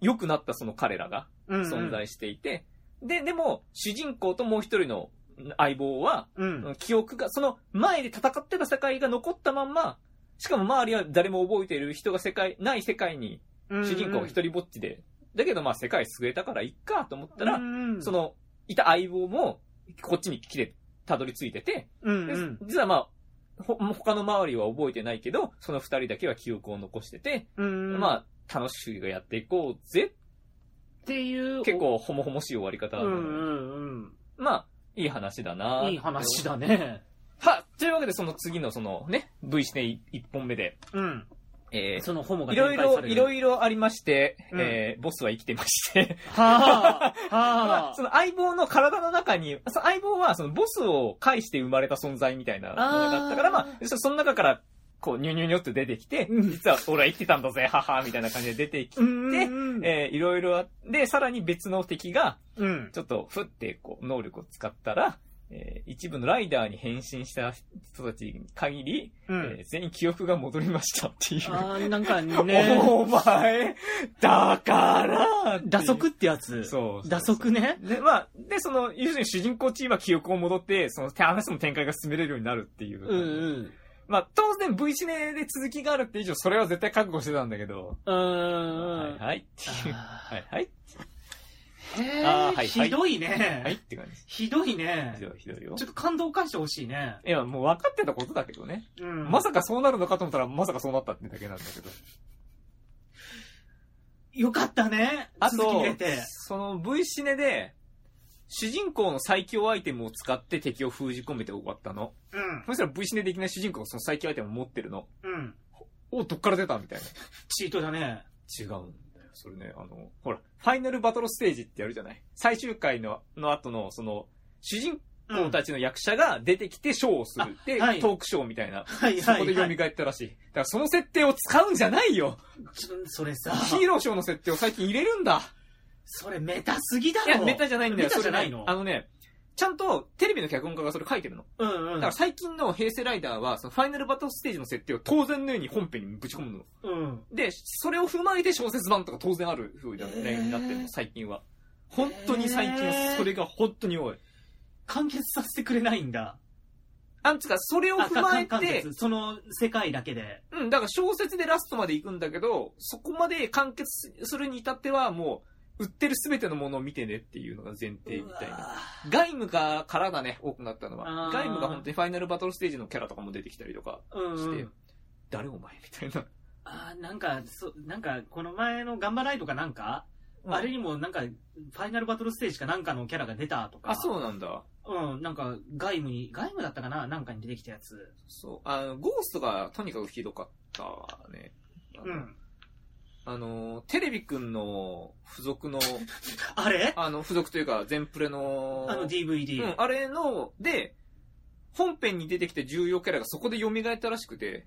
Speaker 2: 良くなったその彼らが
Speaker 1: うんうん
Speaker 2: 存。在していて、で、でも、主人公ともう一人の相棒は、
Speaker 1: うん。
Speaker 2: 記憶が、その前で戦ってた世界が残ったまんま、しかも周りは誰も覚えている人が世界、ない世界に、主人公が一人ぼっちで、だけどまあ世界救えたからいっかと思ったら、そ
Speaker 1: の、
Speaker 2: の、いた相棒も、こっちに来て、たどり着いてて、
Speaker 1: うん
Speaker 2: で
Speaker 1: うん。
Speaker 2: 実はまあ、ほ、他の周りは覚えてないけど、その二人だけは記憶を残してて、
Speaker 1: うん。あ、
Speaker 2: まあ、楽しくやっていこうぜ。
Speaker 1: っていう。
Speaker 2: 結構、ほもほもしい終わり方
Speaker 1: う
Speaker 2: なの
Speaker 1: ん
Speaker 2: よ、
Speaker 1: うん
Speaker 2: まあ、いい話だ
Speaker 1: う。
Speaker 2: なん
Speaker 1: いい話。だね。
Speaker 2: は、というわけで、その次のそのね、V シネ一本目で、
Speaker 1: うん。
Speaker 2: え
Speaker 1: そのホモ
Speaker 2: ー、
Speaker 1: が
Speaker 2: いろいろ、いろ
Speaker 1: い
Speaker 2: いろありまして、
Speaker 1: うん
Speaker 2: えー、ボスは生きてまして、
Speaker 1: ろ。は あ。
Speaker 2: ま
Speaker 1: は
Speaker 2: あ、
Speaker 1: あ
Speaker 2: そ。の相棒の体の中に、その相棒はそのボスを介して生まれた存在みたいなのがあったから、
Speaker 1: あー
Speaker 2: まあ、そその中から、こう、ニュニュニュって出てきて、
Speaker 1: うん
Speaker 2: 実は俺は生きてたんだぜ、ははみたいな感じで出てきて、
Speaker 1: うんうんうん。
Speaker 2: えーいろいろあって、さらに別の敵が、
Speaker 1: うん。
Speaker 2: ちょっと、ふって、こう、能力を使ったら、えー一部のライダーに変身した人たちに限り、
Speaker 1: うん
Speaker 2: えー全員記憶が戻りましたっていう。
Speaker 1: あーなんかね、
Speaker 2: お前、だから
Speaker 1: 打足ってやつ。
Speaker 2: そうそう
Speaker 1: 打足ね。
Speaker 2: で、まあ、で、その、要するに主人公チームは記憶を戻って、その、て話の展開が進めれるようになるっていう。
Speaker 1: うんうん。
Speaker 2: まあ、当然 V シネで続きがあるって以上、それは絶対覚悟してたんだけど。
Speaker 1: う
Speaker 2: は
Speaker 1: ー
Speaker 2: い
Speaker 1: ん。
Speaker 2: はいっていう。
Speaker 1: あ
Speaker 2: はいはい。
Speaker 1: ーへ
Speaker 2: あーはいは
Speaker 1: え、
Speaker 2: い
Speaker 1: ひどい
Speaker 2: はいっ
Speaker 1: ね。
Speaker 2: て感じ。
Speaker 1: ひどいね
Speaker 2: ひ。どいひどいよ
Speaker 1: ちょ。っと感動を返してほしいね。
Speaker 2: いや、もう分かってたことだけどね。
Speaker 1: うん
Speaker 2: まさかそうなるのかと思ったら、まさかそうなったってだけなんだけど。
Speaker 1: よかったね。
Speaker 2: あ
Speaker 1: 続き
Speaker 2: と
Speaker 1: 入れて。、
Speaker 2: その V シネで、主人公の最強アイテムを使って敵を封じ込めて終わったの。
Speaker 1: うん。
Speaker 2: そしたら V シネできない主人公がその最強アイテムを持ってるの。
Speaker 1: うん。
Speaker 2: お、どっから出たみたいな。
Speaker 1: チートだね。
Speaker 2: 違うんだよ。それね、あの、ほら、ファイナルバトルステージってやるじゃない最終回の、の後の、その、主人
Speaker 1: うん。は
Speaker 2: 公たちの役者が出てきてショーをする。で、
Speaker 1: はい
Speaker 2: トークショーみたいな。
Speaker 1: い
Speaker 2: そ
Speaker 1: は
Speaker 2: こで
Speaker 1: い、は
Speaker 2: 蘇
Speaker 1: い。
Speaker 2: ったらしい。だからその設定を使うんじゃないよ
Speaker 1: ちょそれさ、
Speaker 2: ヒーローショーの設定を最近入れるんだ
Speaker 1: それメタすぎだ
Speaker 2: いや、
Speaker 1: ろ。
Speaker 2: メタじゃないんだよ。
Speaker 1: メタじゃない
Speaker 2: そ
Speaker 1: の
Speaker 2: れねあのね、ちゃんとテレビの脚本家がそれ書いてるの。
Speaker 1: うんう
Speaker 2: だ
Speaker 1: ん。
Speaker 2: から最近の平成ライダーは、そのファイナルバトルステージの設定を当然のように本編にぶち込むの。
Speaker 1: うん。
Speaker 2: で、それを踏まえて小説版とか当然ある風なラインになってる
Speaker 1: へー
Speaker 2: の、最近は。本当に最近、それが本当に多い。
Speaker 1: 完結させてくれないんだ。
Speaker 2: あんつうか、それを
Speaker 1: あ
Speaker 2: 踏
Speaker 1: か
Speaker 2: まえ
Speaker 1: か完
Speaker 2: て
Speaker 1: 結、その世界だけで。
Speaker 2: うん、だから小説でラストまで行くんだけど、そこまで完結するに至っては、もう、売ってるすべてのものを見てねっていうのが前提みたいうな。
Speaker 1: わ
Speaker 2: 外務が、からだね、多くなったの
Speaker 1: あ
Speaker 2: は。
Speaker 1: ー
Speaker 2: 外務が本当にファイナルバトルステージのキャラとかも出てきたりとか、
Speaker 1: うんう
Speaker 2: して
Speaker 1: ん。
Speaker 2: 誰お前みたいな。
Speaker 1: あーなんか、そ、なんか、この前のガンバライドかなんか、あれにもなんか、ファイナルバトルステージかなんかのキャラが出たとか。
Speaker 2: あ、そうなんだ。
Speaker 1: うん、なんか、外務に、外務だったかななんかに出てきたやつ。
Speaker 2: そう。あの、ゴーストがとにかくひどかったね。あの
Speaker 1: うん。
Speaker 2: あの、テレビくんの付 属の、
Speaker 1: あれ
Speaker 2: あの、付属というか、全プレの、
Speaker 1: あの DVD。
Speaker 2: うん、あれの、で、本編に出てきた重要キャラがそこで蘇ったらしくて、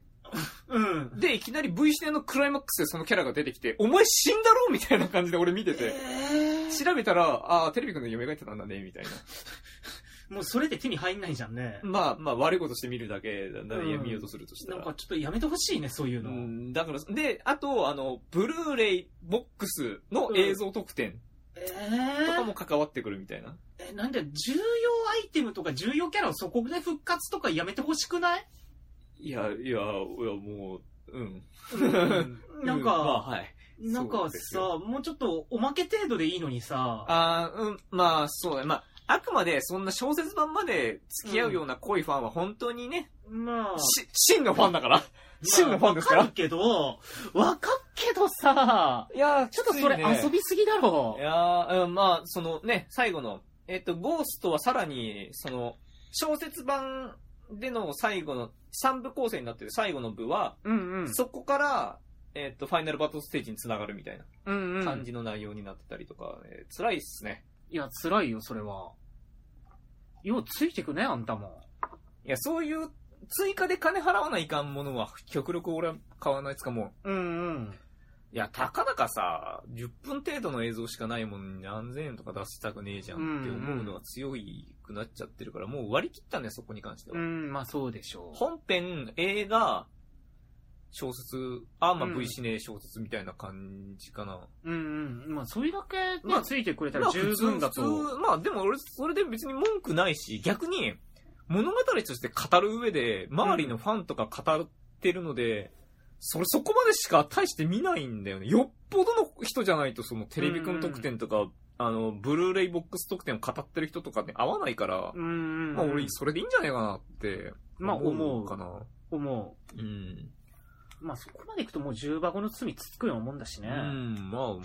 Speaker 1: うん。
Speaker 2: で、いきなり V シネのクライマックスでそのキャラが出てきて、お前死んだろみたいな感じで俺見てて、
Speaker 1: えー
Speaker 2: 調べたら、ああ、テレビくんの蘇ってたんだね、みたいな。
Speaker 1: もうそれって手に入んないじゃんね。
Speaker 2: まあ、まあ、悪いことして見るだけだね、
Speaker 1: うん
Speaker 2: 見ようとするとした
Speaker 1: な
Speaker 2: ら。
Speaker 1: んかちょっとやめてほしいね、そういう
Speaker 2: う
Speaker 1: の。
Speaker 2: ん、だから、で、あと、あの、ブルーレイボックスの映像特典
Speaker 1: えー
Speaker 2: とかも関わってくるみたいな。
Speaker 1: え、なんで重要アイテムとか重要キャラをそこで復活とかやめてほしくない
Speaker 2: いや、いや、いや、もう、うん。
Speaker 1: なん
Speaker 2: うまあ、
Speaker 1: か、
Speaker 2: はい。
Speaker 1: なん
Speaker 2: そ
Speaker 1: か
Speaker 2: うです
Speaker 1: さ、もうちょっとおまけ程度でいいのにさ、
Speaker 2: あーうん、まあ、そうだね。まあ、あくまで、そんな小説版まで付き合うような濃いファンは本当にね、
Speaker 1: まあ、
Speaker 2: し、真のファンだから。真のファンですか
Speaker 1: まあわかるけど、わかっけどさ、
Speaker 2: いや
Speaker 1: ちょっとそれ遊びすぎだろ
Speaker 2: い。やーうんまあ、そのね、最後の、えっ、と、ゴーストはさらに、その、小説版での最後の、3部構成になってる最後の部は、
Speaker 1: うん
Speaker 2: そこから、えっ、と、ファイナルバトルステージに繋がるみたい
Speaker 1: うんう。
Speaker 2: なん感じの内容になってたりとか、えー辛いっすね。
Speaker 1: いや、辛いよ、それは。ようついてくね、あんたも。
Speaker 2: いや、そういう、追加で金払わないかんものは、極力俺は買わないっつかもう。
Speaker 1: うんうん。
Speaker 2: いや、たかだかさ、10分程度の映像しかないもんに何千円とか出したくねえじゃんって思うのが強いくなっちゃってるから、もう割り切ったね、そこに関しては。
Speaker 1: うん、まあそうでしょう。
Speaker 2: 本編、映画、小説、あ、まあ
Speaker 1: うん
Speaker 2: V シネ小説みたいな感じかな。
Speaker 1: うんうん。まあそれだけね、
Speaker 2: まあ
Speaker 1: ついてくれた
Speaker 2: ま
Speaker 1: ら
Speaker 2: あ
Speaker 1: 十分だと。
Speaker 2: 普通普通まあでも俺、それで別に文句ないし、逆に、物語として語る上で、周りのファンとか語ってるので、それそこまでしか大して見ないんだよね。よっぽどの人じゃないと、そのテレビくん特典とか、あの、ブルーレイボックス特典を語ってる人とかね、合わないから、
Speaker 1: うんうんうん。
Speaker 2: まあ俺、それでいいんじゃないかなって、
Speaker 1: まあ思う
Speaker 2: かな。
Speaker 1: 思
Speaker 2: うん。
Speaker 1: う。まあそこまでいくともう重箱の罪つつくようなもんだし
Speaker 2: う
Speaker 1: ね。
Speaker 2: ん、まあ、うん。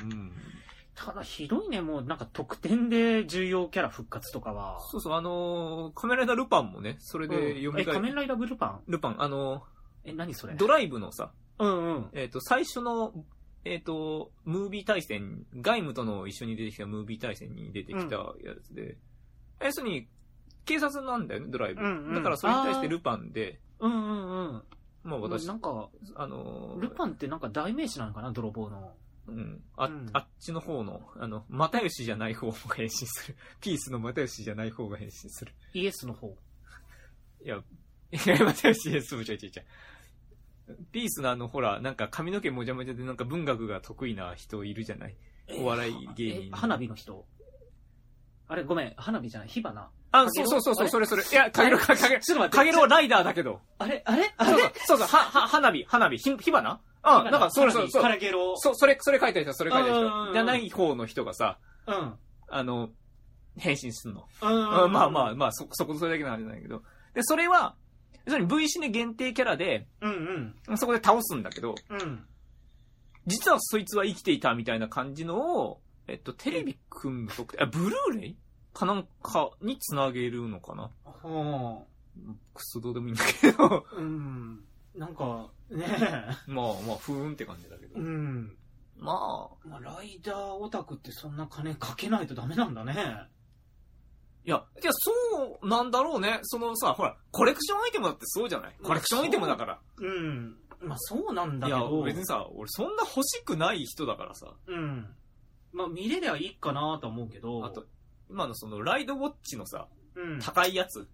Speaker 1: ただひどいね、もうなんか特典で重要キャラ復活とかは。
Speaker 2: そうそう、あのー、カメライダールパンもね、それで読
Speaker 1: うんえ、
Speaker 2: み替え、
Speaker 1: 仮面ライダーブルパン
Speaker 2: ルパン、あの
Speaker 1: え、何それ
Speaker 2: ー、ドライブのさ、
Speaker 1: うんうん。
Speaker 2: えっ、と、最初の、えっ、と、ムービー対戦、外務との一緒に出てきたムービー対戦に出てきたやつで、要するに、警察なんだよね、ドライブ。
Speaker 1: うんうん
Speaker 2: だからそれに対してルパンで、
Speaker 1: うんうんうん。
Speaker 2: ま
Speaker 1: も
Speaker 2: あ
Speaker 1: う
Speaker 2: 私
Speaker 1: な、んか、
Speaker 2: あのー、
Speaker 1: ルパンってなんか代名詞なのかな、泥棒の。
Speaker 2: うん、あ
Speaker 1: うん
Speaker 2: あっちの方の、あの、又吉じゃない方が変身する。ピースの又吉じゃない方が変身する。
Speaker 1: イエスの方。
Speaker 2: いや、いや、又吉です、ちょいちょいちょい。ピースのあの、ほら、なんか髪の毛もじゃもじゃでなんか文学が得意な人いるじゃない。お笑い芸人
Speaker 1: え花火の人。あれ、ごめん、花火じゃない、火花。
Speaker 2: あ、
Speaker 1: かげ
Speaker 2: そ
Speaker 1: ろ
Speaker 2: うそうそう
Speaker 1: あ
Speaker 2: そう、
Speaker 1: れ
Speaker 2: それそれ。いや、かげろう、かか げろう
Speaker 1: ちょっと待って。
Speaker 2: かげろうライダーだけど。
Speaker 1: あれあれあ
Speaker 2: そう
Speaker 1: れ
Speaker 2: そう、そうそう、は、は、花火、花火、ひ、火花うん、なんか、そうそう、そう。
Speaker 1: ラゲロ。
Speaker 2: そう、それ、それ書いてる人、それ書いてる
Speaker 1: うんうんう
Speaker 2: 人。
Speaker 1: ん
Speaker 2: じゃない方の人がさ、
Speaker 1: うん。うん。
Speaker 2: あの、変身するの。
Speaker 1: ま
Speaker 2: うんまあまあまあ、そ、そこ、それだけの話なんだけど。で、それは、要するに V シネ限定キャラで、
Speaker 1: あ。うんうん。
Speaker 2: そこで倒すんだけど、
Speaker 1: うん。
Speaker 2: 実はそいつは生きていたみたいな感じのを、えっと、テレビ組む特典、あ、ブルーレイかなんかにつなげるのかな
Speaker 1: は
Speaker 2: クソどうでもいいんだ けど。
Speaker 1: あ。うん。なんか、 ね
Speaker 2: まあまあ、ふーんって感じだけ
Speaker 1: え。う
Speaker 2: ど。
Speaker 1: ん。
Speaker 2: まあ、
Speaker 1: まあ、ライダーオタクってそんな金かけないとダメなんだね。
Speaker 2: いや、いや、そうなんだろうね。そのさ、ほら、コレクションアイテムだってそうじゃないコレクションアイテムだから。
Speaker 1: うん。まあ、そうなんだ
Speaker 2: い
Speaker 1: け
Speaker 2: や
Speaker 1: ど。、
Speaker 2: 別にさ、俺そんな欲しくない人だからさ。
Speaker 1: うん。まあ、見れりゃいいかなとは思うけど。
Speaker 2: あと、、今のその、ライドウォッチのさ、
Speaker 1: うん。
Speaker 2: 高いやつ。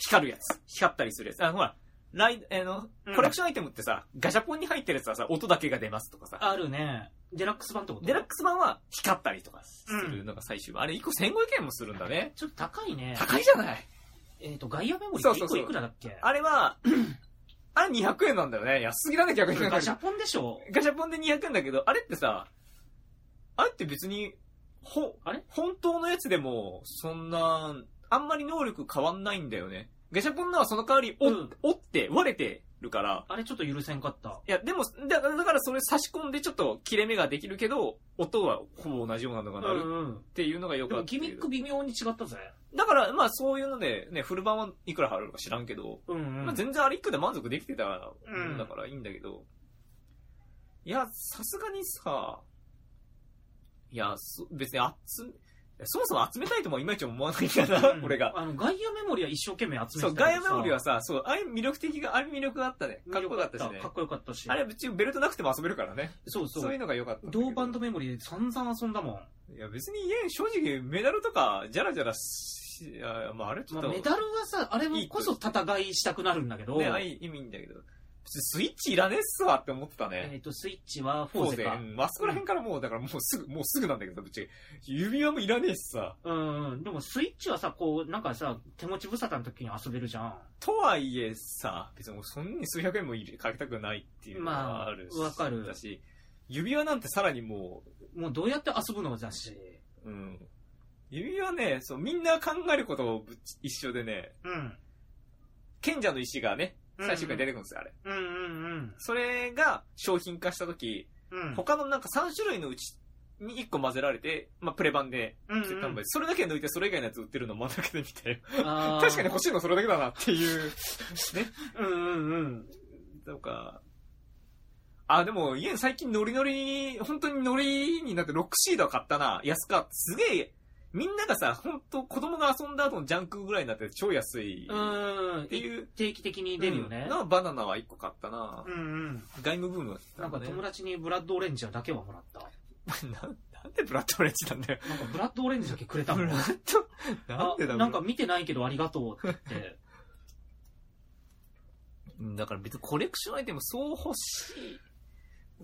Speaker 2: 光るやつ。光ったりするやつ。あ、ほら、ライド、えーの
Speaker 1: うん、
Speaker 2: コレクションアイテムってさ、ガシャポンに入ってるやつはさ、音だけが出ますとかさ。
Speaker 1: あるね。デラックス版ってこと
Speaker 2: デラックス版は光ったりとかするのが最終版。あれ1個1500円もするんだね。
Speaker 1: ちょっと高いね。
Speaker 2: 高いじゃない
Speaker 1: えっ、と、ガイアメモリ
Speaker 2: そ
Speaker 1: ー
Speaker 2: う
Speaker 1: って
Speaker 2: そ
Speaker 1: 1
Speaker 2: うそ
Speaker 1: 個
Speaker 2: う
Speaker 1: いくらだっけ
Speaker 2: あれは、あれ200円なんだよね。安すぎだね、逆に。
Speaker 1: ガシャポンでしょ
Speaker 2: ガシャポンで200円だけど、あれってさ、あれって別に、ほ、
Speaker 1: あれ
Speaker 2: 本当のやつでも、そんな、あんまり能力変わんないんだよね。ガシャポンのはその代わり、お、
Speaker 1: うん
Speaker 2: 折って、割れてるから、
Speaker 1: あれちょっと許せんかった。
Speaker 2: いや、でも、だだからそれ差し込んでちょっと切れ目ができるけど、音はほぼ同じようなの
Speaker 1: う
Speaker 2: がなる
Speaker 1: んうん。
Speaker 2: っていうのがよ
Speaker 1: で
Speaker 2: くあ
Speaker 1: も
Speaker 2: って。
Speaker 1: ギミック微妙に違ったぜ。
Speaker 2: だから、まあそういうので、ね、フル版はいくら払うのか知らんけど、
Speaker 1: うんうん。
Speaker 2: まあ全然あれ一個で満足できてたも
Speaker 1: うん
Speaker 2: んだからいいんだけど、いや、さすがにさ、いや、そ別に集め、そもそも集めたいともいまいち思わないんだな、
Speaker 1: うん
Speaker 2: 俺が。
Speaker 1: あの、ガイアメモリーは一生懸命集めてた
Speaker 2: そう、ガイアメモリーはさ、そう、あれ魅力的が、あれ魅力があったね。かっこよかったしね
Speaker 1: か。っこよかったし。
Speaker 2: あれ、別にベルトなくても遊べるからね。
Speaker 1: そう
Speaker 2: そ
Speaker 1: そうう。
Speaker 2: いうのが良かったんだけど。
Speaker 1: 同バンドメモリーで散々遊んだもん。
Speaker 2: いや、別に、いや正直、メダルとか、じゃらじゃらし、いやまあ、あれちょ
Speaker 1: ま
Speaker 2: っ
Speaker 1: あ、
Speaker 2: と。
Speaker 1: メダルはさ、あれもこそ戦いしたくなるんだけど、
Speaker 2: ね、あいい意味いいんだけど。別にスイッチいらねえっすわって思ってた
Speaker 1: え
Speaker 2: ね。
Speaker 1: っ、と、スイッチはフォ
Speaker 2: フォ
Speaker 1: ー
Speaker 2: ー
Speaker 1: ゼ
Speaker 2: ゼ。
Speaker 1: か。
Speaker 2: うんまあそこら辺からもう、だからもうすぐ、もうすぐなんだけど、ぶっちゃけ。指輪もいらねえしさ。
Speaker 1: うんうん、でもスイッチはさ、こう、なんかさ、手持ち無沙汰の時に遊べるじゃん。
Speaker 2: とはいえさ、別にもうそんなそんなに数百円も入れかけたくないっていうの
Speaker 1: ま
Speaker 2: が
Speaker 1: あ
Speaker 2: あるし。
Speaker 1: わかる
Speaker 2: だし、指輪なんてさらにも
Speaker 1: もうどうやって遊ぶのだし。
Speaker 2: う、うん。指輪ね、そう、みんな考えることをぶっち一緒でね、
Speaker 1: うん。
Speaker 2: 賢者の石がね、最終回出てくるんですよ、あれ。
Speaker 1: うんうんうん。
Speaker 2: それが商品化した時、
Speaker 1: うん。
Speaker 2: 他のなんか3種類のうちに1個混ぜられて、まあプレ版で
Speaker 1: うん
Speaker 2: 絶対
Speaker 1: う
Speaker 2: 販
Speaker 1: ん
Speaker 2: 売それだけ抜いて、それ以外のやつ売ってるの真ん中で見たよ。
Speaker 1: あー
Speaker 2: 確かに欲しいのそれだけだなっていう。ね。
Speaker 1: うんうんうん。
Speaker 2: とか。あ、でも、家最近ノリノリ、本当にノリになってロックシードは買ったな。安かった。すげえ、みんながさ、本当子供が遊んだ後のジャンクぐらいになって超安い。
Speaker 1: う
Speaker 2: っ
Speaker 1: ーん。
Speaker 2: ていう。
Speaker 1: 定期的に出るよね。
Speaker 2: な、バナナは1個買ったな
Speaker 1: う。んうん。
Speaker 2: 外務ブームだった
Speaker 1: なんか
Speaker 2: ね
Speaker 1: 友達にブラッドオレンジャーだけはもらった。
Speaker 2: ななんでブラッドオレンジなんだよ。
Speaker 1: なんかブラッドオレンジだけくれたも
Speaker 2: ブ
Speaker 1: ん
Speaker 2: ラ。ッド、なんでだろ
Speaker 1: あ
Speaker 2: う。
Speaker 1: なんか見てないけどありがとうって 言って。
Speaker 2: うんだから別にコレクションアイテムそう欲しい。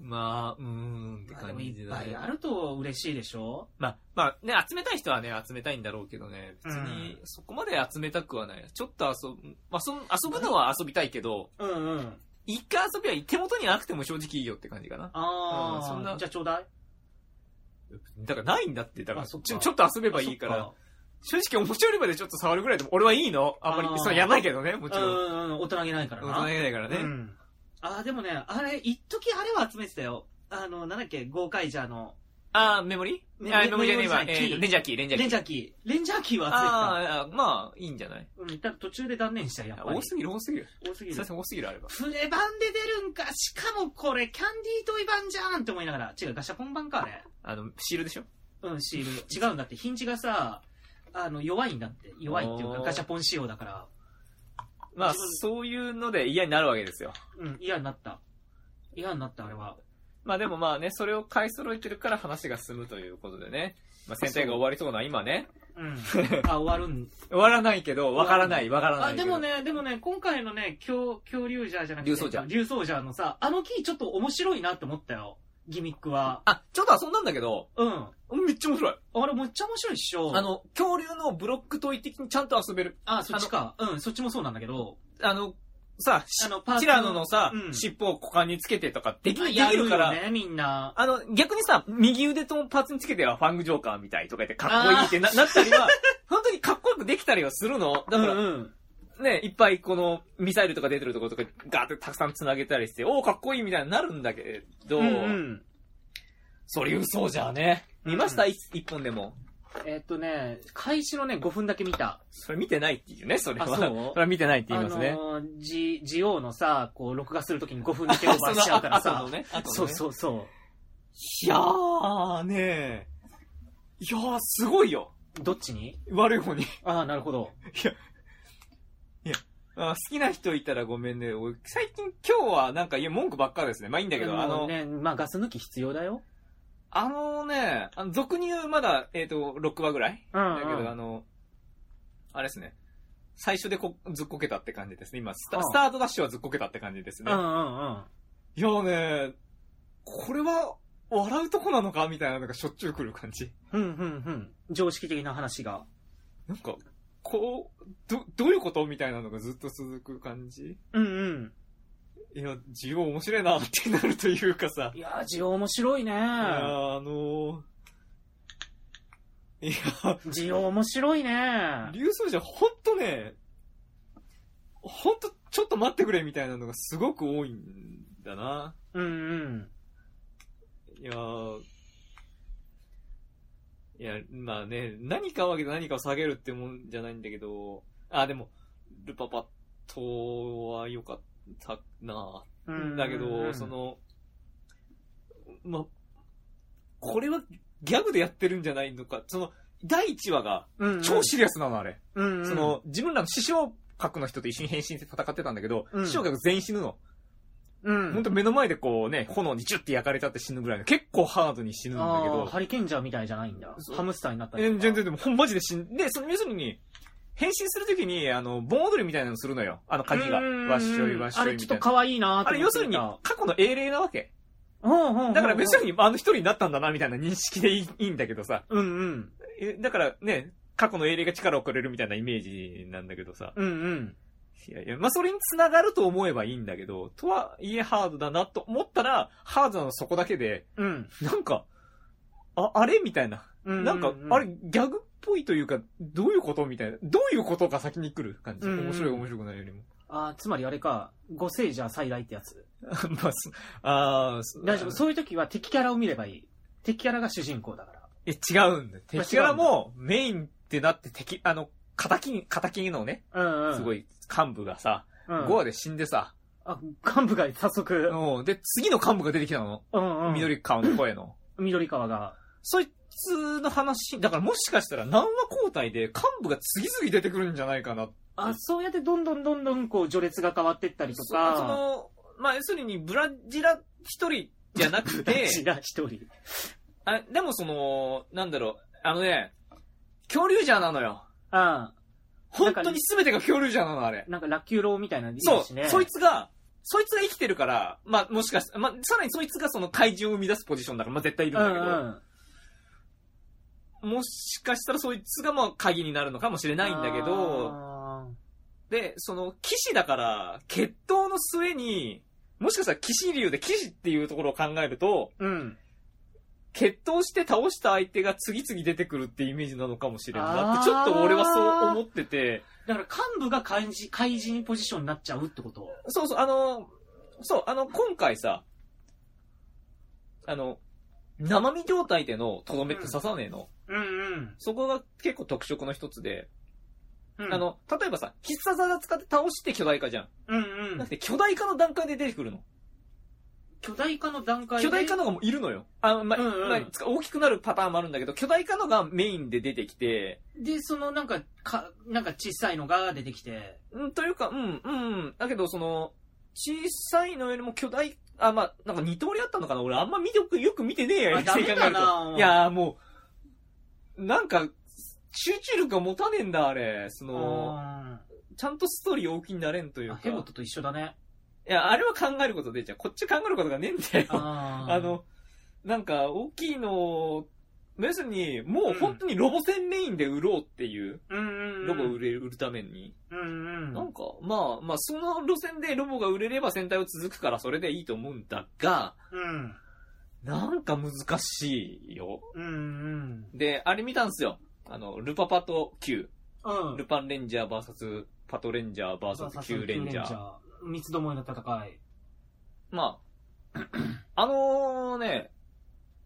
Speaker 2: まあ、うーんって
Speaker 1: まあで
Speaker 2: 感
Speaker 1: も
Speaker 2: じ
Speaker 1: いっ
Speaker 2: だ
Speaker 1: ぱ
Speaker 2: ね
Speaker 1: い。あると嬉しいでしょ
Speaker 2: まあ、まあね、集めたい人はね、集めたいんだろうけどね、別に
Speaker 1: う
Speaker 2: そこまで集めたくはない。ちょっと遊ぶ、まあそ遊ぶのは遊びたいけど、
Speaker 1: うんうん。
Speaker 2: 一回遊びは手元になくても正直いいよって感じかな。
Speaker 1: あ
Speaker 2: うん
Speaker 1: あ、
Speaker 2: そんな
Speaker 1: じゃあちょうだい。
Speaker 2: だからないんだって、だから
Speaker 1: あ
Speaker 2: ち
Speaker 1: そっ
Speaker 2: ょ
Speaker 1: か
Speaker 2: ちょっと遊べばいいか
Speaker 1: そっ
Speaker 2: ら、。正直おもちゃ売り場でちょっと触るぐらいでも俺はいいのあんまり
Speaker 1: あー、
Speaker 2: そうやばいけどね、もち
Speaker 1: う
Speaker 2: ろん。
Speaker 1: んうんうん、大人げないからな。
Speaker 2: 大人げないからね。
Speaker 1: うん。ああ、でもね、あれ、一時あれは集めてたよ。あの、なんだっけ、ゴーカイジャーの、
Speaker 2: あー、メモリ
Speaker 1: ね
Speaker 2: あー、メモリじゃねえ
Speaker 1: メ
Speaker 2: わ。
Speaker 1: モリじゃない
Speaker 2: えーレンジャーキー、レンジ
Speaker 1: レ
Speaker 2: ャーキー
Speaker 1: ンジ。ャーキー。レンジャーキーは
Speaker 2: あーあー、まあ、いいんじゃない
Speaker 1: 集めてた。うん、ただ途中で断念したよ、やっぱり。
Speaker 2: 多すぎる、多すぎる。
Speaker 1: 多すぎ
Speaker 2: すいま
Speaker 1: る。
Speaker 2: せん、多すぎる、あれば。
Speaker 1: フレ版で出るんか、しかもこれ、キャンディートイ版じゃんって思いながら、違う、ガシャポン版か、あれ。
Speaker 2: あの、シールでしょ
Speaker 1: うん、シール。違うんだって、ヒンジがさ、あの、弱いんだって。弱いっていうか、
Speaker 2: おー
Speaker 1: ガシャポン仕様だから、
Speaker 2: まあ、
Speaker 1: 自分
Speaker 2: そういうので嫌になるわけですよ。
Speaker 1: うん、嫌になった。嫌になった、あれは。
Speaker 2: まあでもまあね、それを買い揃えてるから話が進むということでね。まあ、戦隊が終わりそうな今ね。
Speaker 1: うん。あ、終わるん。
Speaker 2: 終わらないけど、わからない、わからな
Speaker 1: あ、
Speaker 2: いけど。
Speaker 1: でもね、でもね、今回のね、恐、恐竜ジャーじゃなくて、
Speaker 2: 竜走者
Speaker 1: 竜走者のさ、あの木ちょっと面白いなって思ったよ。ギミックは。
Speaker 2: あ、ちょっと遊んだんだけど、
Speaker 1: うん。
Speaker 2: めっちゃ面白い。
Speaker 1: あれめっちゃ面白いっしょ。
Speaker 2: あ、の、恐竜のブロック問い的にちゃんと遊べる。
Speaker 1: あ、そっちか。うん、そっちもそうなんだけど。
Speaker 2: あの、さ、
Speaker 1: あ
Speaker 2: し
Speaker 1: の、パーツ
Speaker 2: ティラノのさ、
Speaker 1: うん
Speaker 2: 尻尾を股間につけてとかできでき
Speaker 1: やる
Speaker 2: るか
Speaker 1: よ
Speaker 2: ら、
Speaker 1: ね、みんな。
Speaker 2: あの、逆にさ、右腕ともパーツにつけてはファングジョーカーみたいとか言ってかっこいいってななったりは、本当にかっこよくできたりはするの。だか
Speaker 1: う
Speaker 2: ら、
Speaker 1: んうん。
Speaker 2: ね、いっぱいこのミサイルとか出てるところとかガーってたくさん繋げたりして、おお、かっこいいみたいになるんだけど、
Speaker 1: うんうん。
Speaker 2: それ嘘じゃね。見ました、い一本でも。
Speaker 1: えっとね、開始のね、5分だけ見た。
Speaker 2: それ見てないっていうね、それは。
Speaker 1: あそう
Speaker 2: れは見てないって言いますね。
Speaker 1: あのー、ジ、ジオウのさ、こう、録画するときに5分だけオーバーしちゃうから
Speaker 2: あ
Speaker 1: さ
Speaker 2: 後の。ね。後のね
Speaker 1: そうそうそ
Speaker 2: いやーねいやーすごいよ。
Speaker 1: う。どっちに
Speaker 2: 悪い方に。
Speaker 1: ああ、なるほど。
Speaker 2: あ好きな人いたらごめんね。俺最近今日はなんか、いや、文句ばっかですね。まあいいんだけど、あ
Speaker 1: も
Speaker 2: の、
Speaker 1: うね、まあガス抜き必要だよ。
Speaker 2: あのね、あの俗に言うまだ、えっ、と、6話ぐらい
Speaker 1: うん、
Speaker 2: だけど、
Speaker 1: うん
Speaker 2: あの、あれですね。最初でこずっこけたって感じですね。今スタ、
Speaker 1: うん
Speaker 2: スタートダッシュはずっこけたって感じですね。
Speaker 1: うんうんうん。
Speaker 2: いやーね、これは笑うとこなのかみたいなのがしょっちゅう来る感じ。
Speaker 1: うんうんうん。常識的な話が。
Speaker 2: なんか、こう、ど、どういうことみたいなのがずっと続く感じ
Speaker 1: うんうん。
Speaker 2: いや、需要面白いなってなるというかさ。
Speaker 1: いやー、ジオウ面白いね。
Speaker 2: いやー、あのー、いや、
Speaker 1: ジオウ面白いね。
Speaker 2: 流走者ほんとね、ほんとちょっと待ってくれみたいなのがすごく多いんだな。
Speaker 1: うんうん。
Speaker 2: いやー、いや、まあね、何かを上げて何かを下げるってもんじゃないんだけど、あ、でも、ルパパとは良かったな
Speaker 1: うん
Speaker 2: だけど、そ、の、ま、これはギャグでやってるんじゃないのか、その、第1話が
Speaker 1: うんうん
Speaker 2: 超、シリアスなの、あれ。
Speaker 1: うんうん
Speaker 2: そ、の、自分らの師匠格の人と一緒に変身して戦ってたんだけど、
Speaker 1: うん
Speaker 2: 師匠格全員死ぬの。
Speaker 1: うん。
Speaker 2: ほんと目の前でこうね、炎にジュッて焼かれちゃって死ぬぐらいの、結構ハードに死ぬんだけ
Speaker 1: あー
Speaker 2: ど、
Speaker 1: ハリケンジャーみたいじゃないんだ
Speaker 2: そ。う
Speaker 1: ハムスターになったり
Speaker 2: え
Speaker 1: とか。
Speaker 2: 全然でも、ほんマジで死んで、その、要するに、変身するときに、あの、盆踊りみたいなのするのよ。あの、
Speaker 1: うんうん
Speaker 2: 鍵が。
Speaker 1: うん、
Speaker 2: わっしょいわっしょ
Speaker 1: あ
Speaker 2: い
Speaker 1: れ
Speaker 2: み
Speaker 1: ちょった
Speaker 2: い
Speaker 1: と
Speaker 2: な。
Speaker 1: 可愛いなー
Speaker 2: あれ、要するに、
Speaker 1: ほ
Speaker 2: 過去の英霊なわけ。
Speaker 1: うほう
Speaker 2: だから別
Speaker 1: に。
Speaker 2: にあの一人になったんだなみたいな認識でいいいいんだけどさ。
Speaker 1: うんうん。
Speaker 2: えだからね、過去の英霊が力をくれるみたいなイメージなんだけどさ。
Speaker 1: うんうん。
Speaker 2: いやいや、まあそれに繋がると思えばいいんだけど、とはいえハードだなと思ったら、ハードなのそこだけで、
Speaker 1: うん。
Speaker 2: なんか、あ、あれみたいな。
Speaker 1: う
Speaker 2: なんか、あれ、ギャグっぽいというか、どういうことみたいな。どういうことが先に来る感じ。
Speaker 1: うんうん
Speaker 2: 面白い面白くないよ りも。
Speaker 1: あーつまりあれか、五聖者最大ってやつ。
Speaker 2: まあ、そあーそ
Speaker 1: 大丈夫。そういう時は敵キャラを見ればいい。敵キャラが主人公だから。
Speaker 2: え、違うんだよ。敵キャラもメインってなって敵、あの、敵に、敵のね、
Speaker 1: うんうん。
Speaker 2: すご
Speaker 1: い。
Speaker 2: い幹部がさ、
Speaker 1: う
Speaker 2: 5
Speaker 1: ん、
Speaker 2: 話で死んでさ、
Speaker 1: あ、幹部が早速、
Speaker 2: うんで、次の幹部が出てきたの。
Speaker 1: うんうん。
Speaker 2: 緑顔の声の。
Speaker 1: 緑川が。
Speaker 2: そいつの話、だからもしかしたら何話交代で幹部が次々出てくるんじゃないかな。
Speaker 1: あ、そうやってどんどんどんどんこう序列が変わってったりと
Speaker 2: そそ
Speaker 1: か、
Speaker 2: の、まあ、要するにブラジラ一人じゃな くて、
Speaker 1: ちら一人。
Speaker 2: あでもその、なんだろう、あのね、恐竜じゃなのよ。
Speaker 1: あ
Speaker 2: 本当に全てが恐竜じゃなの、あれ
Speaker 1: あ、。なんかラッキューローみたいなのいる
Speaker 2: そう
Speaker 1: し、ね。
Speaker 2: そいつが、そいつが生きてるから、まあ、もしかして、まあ、さらにそいつがその怪獣を生み出すポジションだから、まあ、絶対いるんだけど、
Speaker 1: うん
Speaker 2: もしかしたらそいつがまあ、鍵になるのかもしれないんだけど、
Speaker 1: あ
Speaker 2: で、その、騎士だから、決闘の末に、もしかしたら騎士流で騎士っていうところを考えると、
Speaker 1: ーうん。
Speaker 2: 決闘して倒した相手が次々出てくるってイメージなのかもしれんなって、ちょっと俺はそう思ってて、
Speaker 1: だから幹部が怪人、怪人ポジションになっちゃうってこと。
Speaker 2: そうそう、あの、そう、あの、今回さ、あの、生身状態でのとどめって刺さねえの。
Speaker 1: うん
Speaker 2: そこが結構特色の一つで、
Speaker 1: うん。
Speaker 2: あ、の、例えばさ、必殺技使って倒して巨大化じゃん。
Speaker 1: うんう
Speaker 2: なく
Speaker 1: ん。
Speaker 2: て巨大化の段階で出てくるの。
Speaker 1: 巨大化の段階で。
Speaker 2: 巨大化のがもういるのよ。あまあ
Speaker 1: うんうん
Speaker 2: まあつか大きくなるパターンもあるんだけど、巨大化のがメインで出てきて、
Speaker 1: で、そのなんか、か、なんか小さいのが出てきて。
Speaker 2: うん、というか、うん、うん、だけど、その、小さいのよりも巨大、あ、まあ、なんか二通りあったのかな俺あんま見てよく、よく見てねえよ、
Speaker 1: あダメだな
Speaker 2: 正確に言うといやーもう、なんか、集中力が持たねえんだ、あれ。その、
Speaker 1: あ
Speaker 2: ちゃんとストーリー大きになれんとい
Speaker 1: ー
Speaker 2: う
Speaker 1: あ
Speaker 2: か。
Speaker 1: ヘボットと一緒だね。
Speaker 2: いや、あれは考えることで、じゃあこっち考えることがねえんだよ。あ
Speaker 1: あー、
Speaker 2: の、なんか、大きいの、要するに、もう本当にロボ戦メインで売ろうっていう、
Speaker 1: うんうんうん。
Speaker 2: ロボ売れ売るために。
Speaker 1: うんう
Speaker 2: なん
Speaker 1: ん。
Speaker 2: か、まあ、まあ、その路線でロボが売れれば戦隊は続くからそれでいいと思うんだが、
Speaker 1: うん。
Speaker 2: なんか難しいよ。
Speaker 1: うんうん。
Speaker 2: で、あれ見たんすよ。あの、ルパパと Q。
Speaker 1: うん。
Speaker 2: ルパンレンジャー VS パトレンジャー VS キューレンジャー。
Speaker 1: ー。三つどもえの戦い。
Speaker 2: まあ、あのね、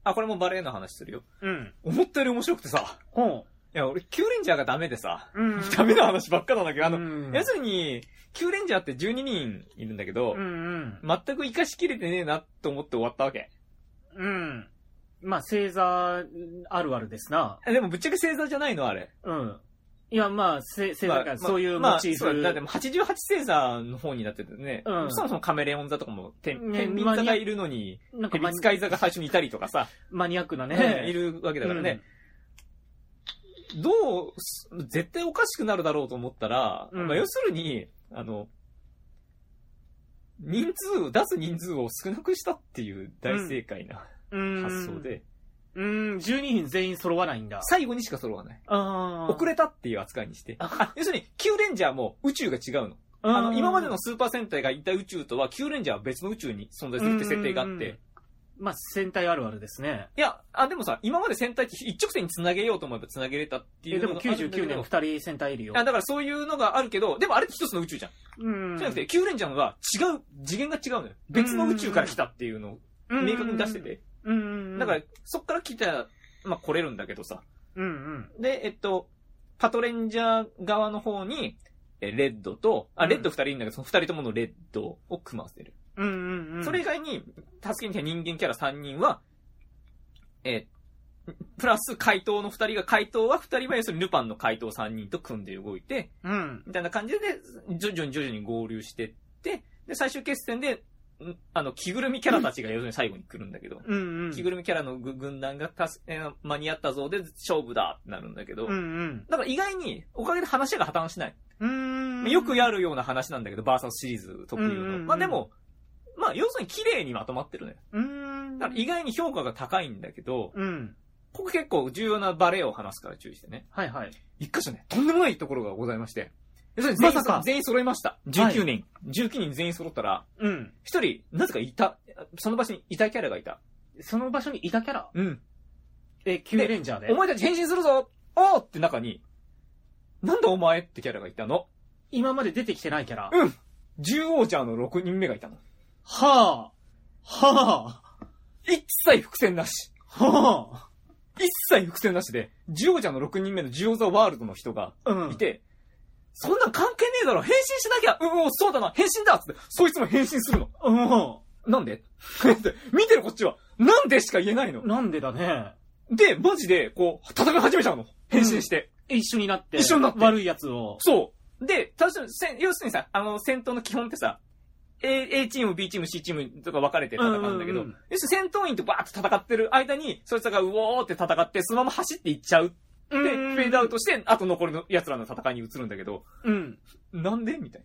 Speaker 2: あ、これもバレエの話するよ。
Speaker 1: うん。
Speaker 2: 思ったより面白くてさ、
Speaker 1: ほ
Speaker 2: いや、俺、キューレンジャーがダメでさ、
Speaker 1: う。うん。
Speaker 2: ダメな話ばっかなんだけど、あの、
Speaker 1: の
Speaker 2: 要するに、キューレンジャーって12人いるんだけど、
Speaker 1: うんうん。
Speaker 2: 全く活かしきれてねえなと思って終わったわけ。
Speaker 1: うん。まあ、星座あるあるですな。
Speaker 2: えでもぶっちゃけ星座じゃないのあれ。
Speaker 1: うん。いや、まあ、星星座だ
Speaker 2: ま
Speaker 1: か
Speaker 2: あ
Speaker 1: ら、そういうモチーフ。
Speaker 2: まあそうだってもう88星座の方になっててね、
Speaker 1: うん
Speaker 2: そもそもカメレオン座とかも、天
Speaker 1: ね
Speaker 2: 天秤座がいるのに、
Speaker 1: なんか
Speaker 2: ヘビ
Speaker 1: マニ
Speaker 2: 使い座が最初にいたりとかさ、
Speaker 1: マニアックな
Speaker 2: ね
Speaker 1: ね。
Speaker 2: いるわけだからね、どうす、絶対おかしくなるだろうと思ったら、
Speaker 1: うん
Speaker 2: まあ要するに、あの、人数、出す人数を少なくしたっていう大正解な
Speaker 1: うん。うん
Speaker 2: 発想。で、
Speaker 1: うん、12人全員揃わないんだ。
Speaker 2: 最後にしか揃わない。
Speaker 1: あ
Speaker 2: 遅れたっていう扱いにして。あ要するに、キューレンジャーも宇宙が違うの。あの、今までのスーパー戦隊がいた宇宙とは、キューレンジャーは別の宇宙に存在するって設定があっ
Speaker 1: うんうんうん
Speaker 2: て。
Speaker 1: まあ、戦隊あるあるですね。
Speaker 2: いや、あ、でもさ、今まで戦隊って一直線に繋げようと思えば繋げれたってい
Speaker 1: え、
Speaker 2: う
Speaker 1: で
Speaker 2: の
Speaker 1: も
Speaker 2: があるんだけど。
Speaker 1: 99年2人戦隊いるよ。
Speaker 2: あだからそういうのがあるけど、でもあれって一つの宇宙じゃん。
Speaker 1: うん。
Speaker 2: じゃなくて、キューレンジャーのは違う、次元が違うのよ。別の宇宙から来たっていうのを
Speaker 1: うん、
Speaker 2: 明確に出してて。
Speaker 1: うんうんうん。
Speaker 2: だから、そっから来た、まあ来れるんだけどさ。
Speaker 1: うんうん。
Speaker 2: で、えっと、パトレンジャー側の方に、えレッドと、あ、レッド二人いるんだけど、その二人とものレッドを組ませてる。
Speaker 1: うんうんうん。
Speaker 2: それ以外に、助けに来た人間キャラ3人は、えープラス怪盗の2人が、怪盗は2人は要するにルパンの怪盗3人と組んで動いて、
Speaker 1: うん。
Speaker 2: みたいな感じで、徐々に徐々に合流してって、で、最終決戦で、んあの、着ぐるみキャラたちが要するに最後に来るんだけど、
Speaker 1: うんうん。
Speaker 2: 着ぐるみキャラのぐ軍団がたす、えー間に合ったぞで勝負だってなるんだけど、
Speaker 1: うんうん。
Speaker 2: だから意外に、おかげで話が破綻しない。
Speaker 1: うん。
Speaker 2: よくやるような話なんだけど、バーサスシリーズ特有
Speaker 1: うんうんう
Speaker 2: の。
Speaker 1: ん
Speaker 2: まあでも、まあ要するに綺麗にまとまってるね。
Speaker 1: うん。
Speaker 2: だから意外に評価が高いんだけど、
Speaker 1: うん。
Speaker 2: ここ結構重要なバレエを話すから注意してね。
Speaker 1: はいはい。
Speaker 2: 一箇所ね、とんでもないところがございまして。要するに
Speaker 1: ま
Speaker 2: 全員,、
Speaker 1: さか
Speaker 2: 全員揃いました。19人。19人全員揃ったら、
Speaker 1: うん。
Speaker 2: 一人、なぜかいた、その場所にいたキャラがいた。
Speaker 1: その場所にいたキャラ
Speaker 2: うん。
Speaker 1: え、キューレンジャーで
Speaker 2: お。前たち変身するぞおーって中に、なんだお前ってキャラがいたの。
Speaker 1: 今まで出てきてないキャラ。
Speaker 2: うん獣王ジャーの6人目がいたの。
Speaker 1: はあ。は
Speaker 2: 一切伏線なし。
Speaker 1: あ。は
Speaker 2: 一切伏線なしで、獣王ジャーの6人目の獣王ザワールドの人が、
Speaker 1: あ。うん
Speaker 2: い。て、そんなん関係ねえだろ変身しなきゃうんうん、そうだな変身だっつって、そいつも変身するの。
Speaker 1: う
Speaker 2: なんで って見てるこっちは、なんでしか言えないの
Speaker 1: ん。。なんでだね。
Speaker 2: で、マジで、こう、戦い始めちゃうの。変身して。
Speaker 1: 一緒になって。
Speaker 2: 一緒になって
Speaker 1: 悪いやつを。
Speaker 2: そう。で、確かに、せん要するにさ、あの、戦闘の基本ってさ、A, A チーム、B チーム、C チームとか分かれて戦うんだけ
Speaker 1: う
Speaker 2: ど、
Speaker 1: んうんうん
Speaker 2: 要するに戦闘員とバーって戦ってる間に、そいつがうおーって戦って、そのまま走っていっちゃうって、
Speaker 1: う
Speaker 2: フ
Speaker 1: ん
Speaker 2: ェードアウトして、あと残りの奴らの戦いに移るんだけど、
Speaker 1: うん。
Speaker 2: なんでみたい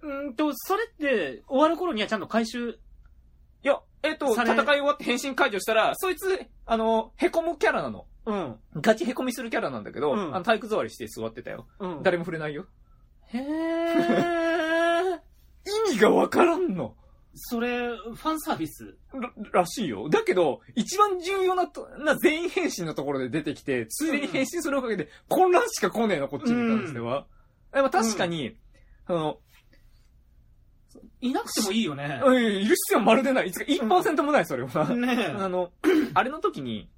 Speaker 2: な。
Speaker 1: うんと、それって、終わる頃にはちゃんと回収。
Speaker 2: いや、えっ、と、
Speaker 1: さ
Speaker 2: 戦
Speaker 1: れ
Speaker 2: い終わって変身解除したら、そいつ、あの、へこむキャラなの。
Speaker 1: うん。
Speaker 2: ガチへこみするキャラなんだけど、
Speaker 1: うん
Speaker 2: あの体育座りして座ってたよ。
Speaker 1: うん。
Speaker 2: 誰も触れないよ。
Speaker 1: へー。
Speaker 2: 意味がわからんの。
Speaker 1: それ、ファンサービス。
Speaker 2: ら、らしいよ。だけど、一番重要なと、な全員変身のところで出てきて、ついでに変身するおかげで、混乱しか来ねえの、こっちに関しては。でも確かに、あの、
Speaker 1: いなくてもいいよね。
Speaker 2: うんいる必要はまるでない。いつか1%もない、それは。
Speaker 1: ねえ。
Speaker 2: あの、あれの時に、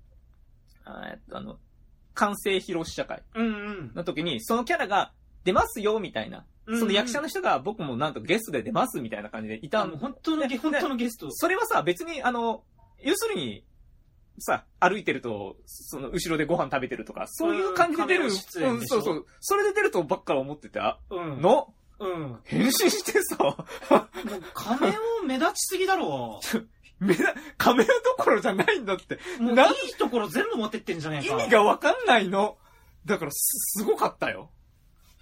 Speaker 2: あえっとあの、完成披露試写会。
Speaker 1: うんうん。
Speaker 2: の時に、そのキャラが出ますよ、みたいな。その役者の人が僕もなんとゲストで出ます、みたいな感じでいた
Speaker 1: あ
Speaker 2: の
Speaker 1: の、本当のゲ、本当のゲスト。
Speaker 2: それはさ、別に、あの、要するに、さ、歩いてると、その、後ろでご飯食べてるとか、そういう感じで出る。
Speaker 1: うんカメラ出演
Speaker 2: うん
Speaker 1: でしょ
Speaker 2: そうそう。それで出るとばっかり思ってた
Speaker 1: うん。
Speaker 2: の、
Speaker 1: うん。もう、
Speaker 2: 変身してさ、
Speaker 1: 金を目立ちすぎだろ。
Speaker 2: めな、カメラどころじゃないんだって。
Speaker 1: もう、
Speaker 2: なん
Speaker 1: いいところ全部持ってってんじゃねえ
Speaker 2: 意
Speaker 1: か。
Speaker 2: 味。がわかんないの。だから、す、すごかったよ。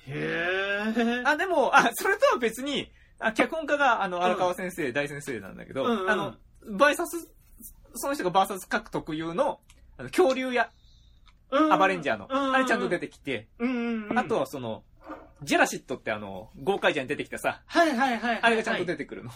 Speaker 1: へー。
Speaker 2: あ、でも、あ、それとは別に、あ脚本家が、あの、荒川先生、大先生なんだけど、
Speaker 1: うんうん
Speaker 2: あの、バイサス、その人がバーサス各特有の、あの恐竜や、アバレンジャーの、あれちゃんと出
Speaker 1: て。
Speaker 2: てきて、
Speaker 1: うんうんうん。
Speaker 2: あと、はその、ジェラシットってあの、豪快じゃんに出てきたさ、
Speaker 1: はいはいはいはい。
Speaker 2: あれがちゃんと出てくるの。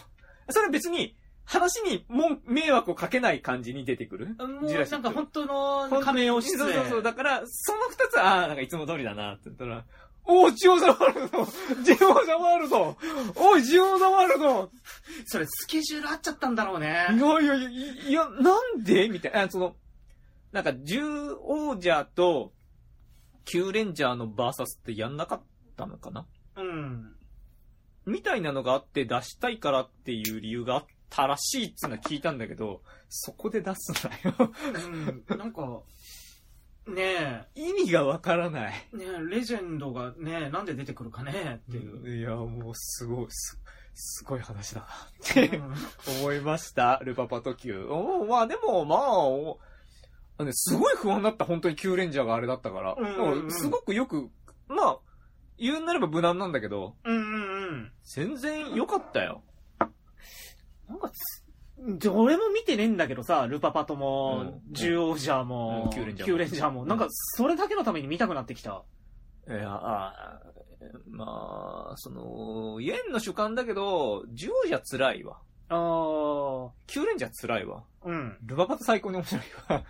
Speaker 2: それは別に、話にも迷惑をかけない感じに出てくる。
Speaker 1: も
Speaker 2: ジュラ
Speaker 1: う
Speaker 2: シ
Speaker 1: な
Speaker 2: ッ
Speaker 1: ん
Speaker 2: ク
Speaker 1: か本当の仮面をして、
Speaker 2: そうそうそう。だから、その二つ、ああ、なんかいつも通りだな、って言ったら、おい、ジオザワールドジオザワールドおい、ジオザワールド
Speaker 1: それスケジュール合っちゃったんだろうね。
Speaker 2: いやいやいや、いや、なんでみたいな、あその、なんか、獣王者と、旧レンジャーのバーサスってやんなかったのかな
Speaker 1: うん。
Speaker 2: みたいなのがあって、出したいからっていう理由があったらしいっていうのは聞いたんだけど、そこで出すなよ。
Speaker 1: うん。なんか、ね
Speaker 2: 意味がわからない。
Speaker 1: え、ねえ、レジェンドがねえ、なんで出てくるかねえっていう。
Speaker 2: いや、もう、すごい、す、すごい話だな。っ
Speaker 1: う
Speaker 2: て
Speaker 1: ん
Speaker 2: 思いました。ルパパと Q。おーまあでも、まあ、おあのねすごい不安だった、本当に Q レンジャーがあれだったから。
Speaker 1: うんうんうん
Speaker 2: だからすごくよく、まあ、言うなれば無難なんだけど、
Speaker 1: うんうんうん。
Speaker 2: 全然良かったよ。
Speaker 1: なんかつ、で俺も見てねえんだけどさ、ルパパとも、
Speaker 2: うん
Speaker 1: 獣王者
Speaker 2: うん
Speaker 1: も、
Speaker 2: キュウレンジャーも
Speaker 1: キュウレンジャーも、なんか、それだけのために見たくなってきた。
Speaker 2: いや、あまあ、その、イエンの主観だけど、ジオじゃ辛いわ。
Speaker 1: あー、
Speaker 2: Q レンジャー辛いわ。
Speaker 1: うん。
Speaker 2: ルパパと最高に面白いわ。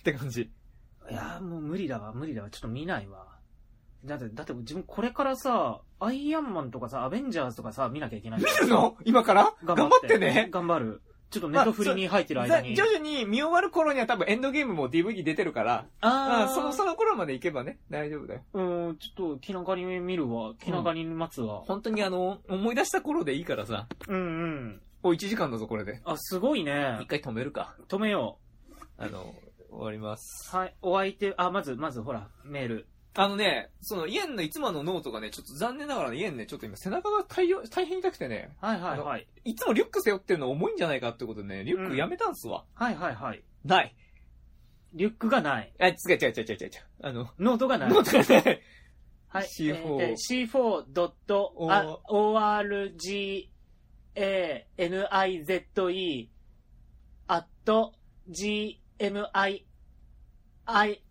Speaker 2: って感じ。
Speaker 1: いやーもう無理だわ、無理だわ。ちょっと見ないわ。だって、だって自分これからさ、アイアンマンとかさ、アベンジャーズとかさ、見なきゃい けない。
Speaker 2: 見るの今から頑張ってね。
Speaker 1: 頑張る。ちょっとネットフリに入ってる間に。
Speaker 2: 徐々に見終わる頃には多分エンドゲームも DVD 出てるから、
Speaker 1: あ
Speaker 2: あその、その頃まで行けばね、大丈夫だよ。
Speaker 1: うん、ちょっと気長に見るわ。気長に待つわ。
Speaker 2: 本当にあの、思い出した頃でいいからさ。
Speaker 1: うん、うん。
Speaker 2: お、1時間だぞ、これで。
Speaker 1: あ、すごい
Speaker 2: 一
Speaker 1: ね。
Speaker 2: 回止めるか。
Speaker 1: 止めよ
Speaker 2: あの、終わります。
Speaker 1: う。はい、お相手、あ、まず、まず、ほら、メール。
Speaker 2: あのね、その、イエンのいつものノートがね、ちょっと残念ながらね、イエンね、ちょっと今背中が大量大変痛くてね、
Speaker 1: はいはいはい。
Speaker 2: いつもリュック背負ってるの重いんじゃないかってことでね、リュックやめたんすわ。
Speaker 1: はいはいはい。
Speaker 2: ない。
Speaker 1: リュックがない。
Speaker 2: あ、違う違う違う違う違う。あの、
Speaker 1: ノートがない。
Speaker 2: ノートがね、
Speaker 1: はい。
Speaker 2: C4
Speaker 1: えーと C4.organize アット gmi, i,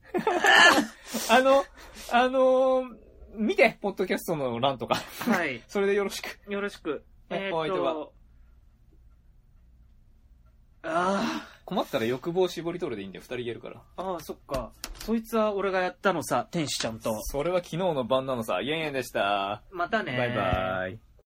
Speaker 2: あの、あのー見て、ポッドキャストの欄とか。
Speaker 1: はい。
Speaker 2: それでよろしく。
Speaker 1: よろし く。
Speaker 2: はい
Speaker 1: え
Speaker 2: お
Speaker 1: ー、
Speaker 2: 相手は
Speaker 1: と、あ
Speaker 2: 困ったら欲望絞り取るでいいんだよ、二人言えるから。
Speaker 1: あ、ああ、そっか。そいつは俺がやったのさ、天使ちゃんと。
Speaker 2: それは昨日の晩なのさ、イェンイェンでした。
Speaker 1: またね
Speaker 2: バイバイ。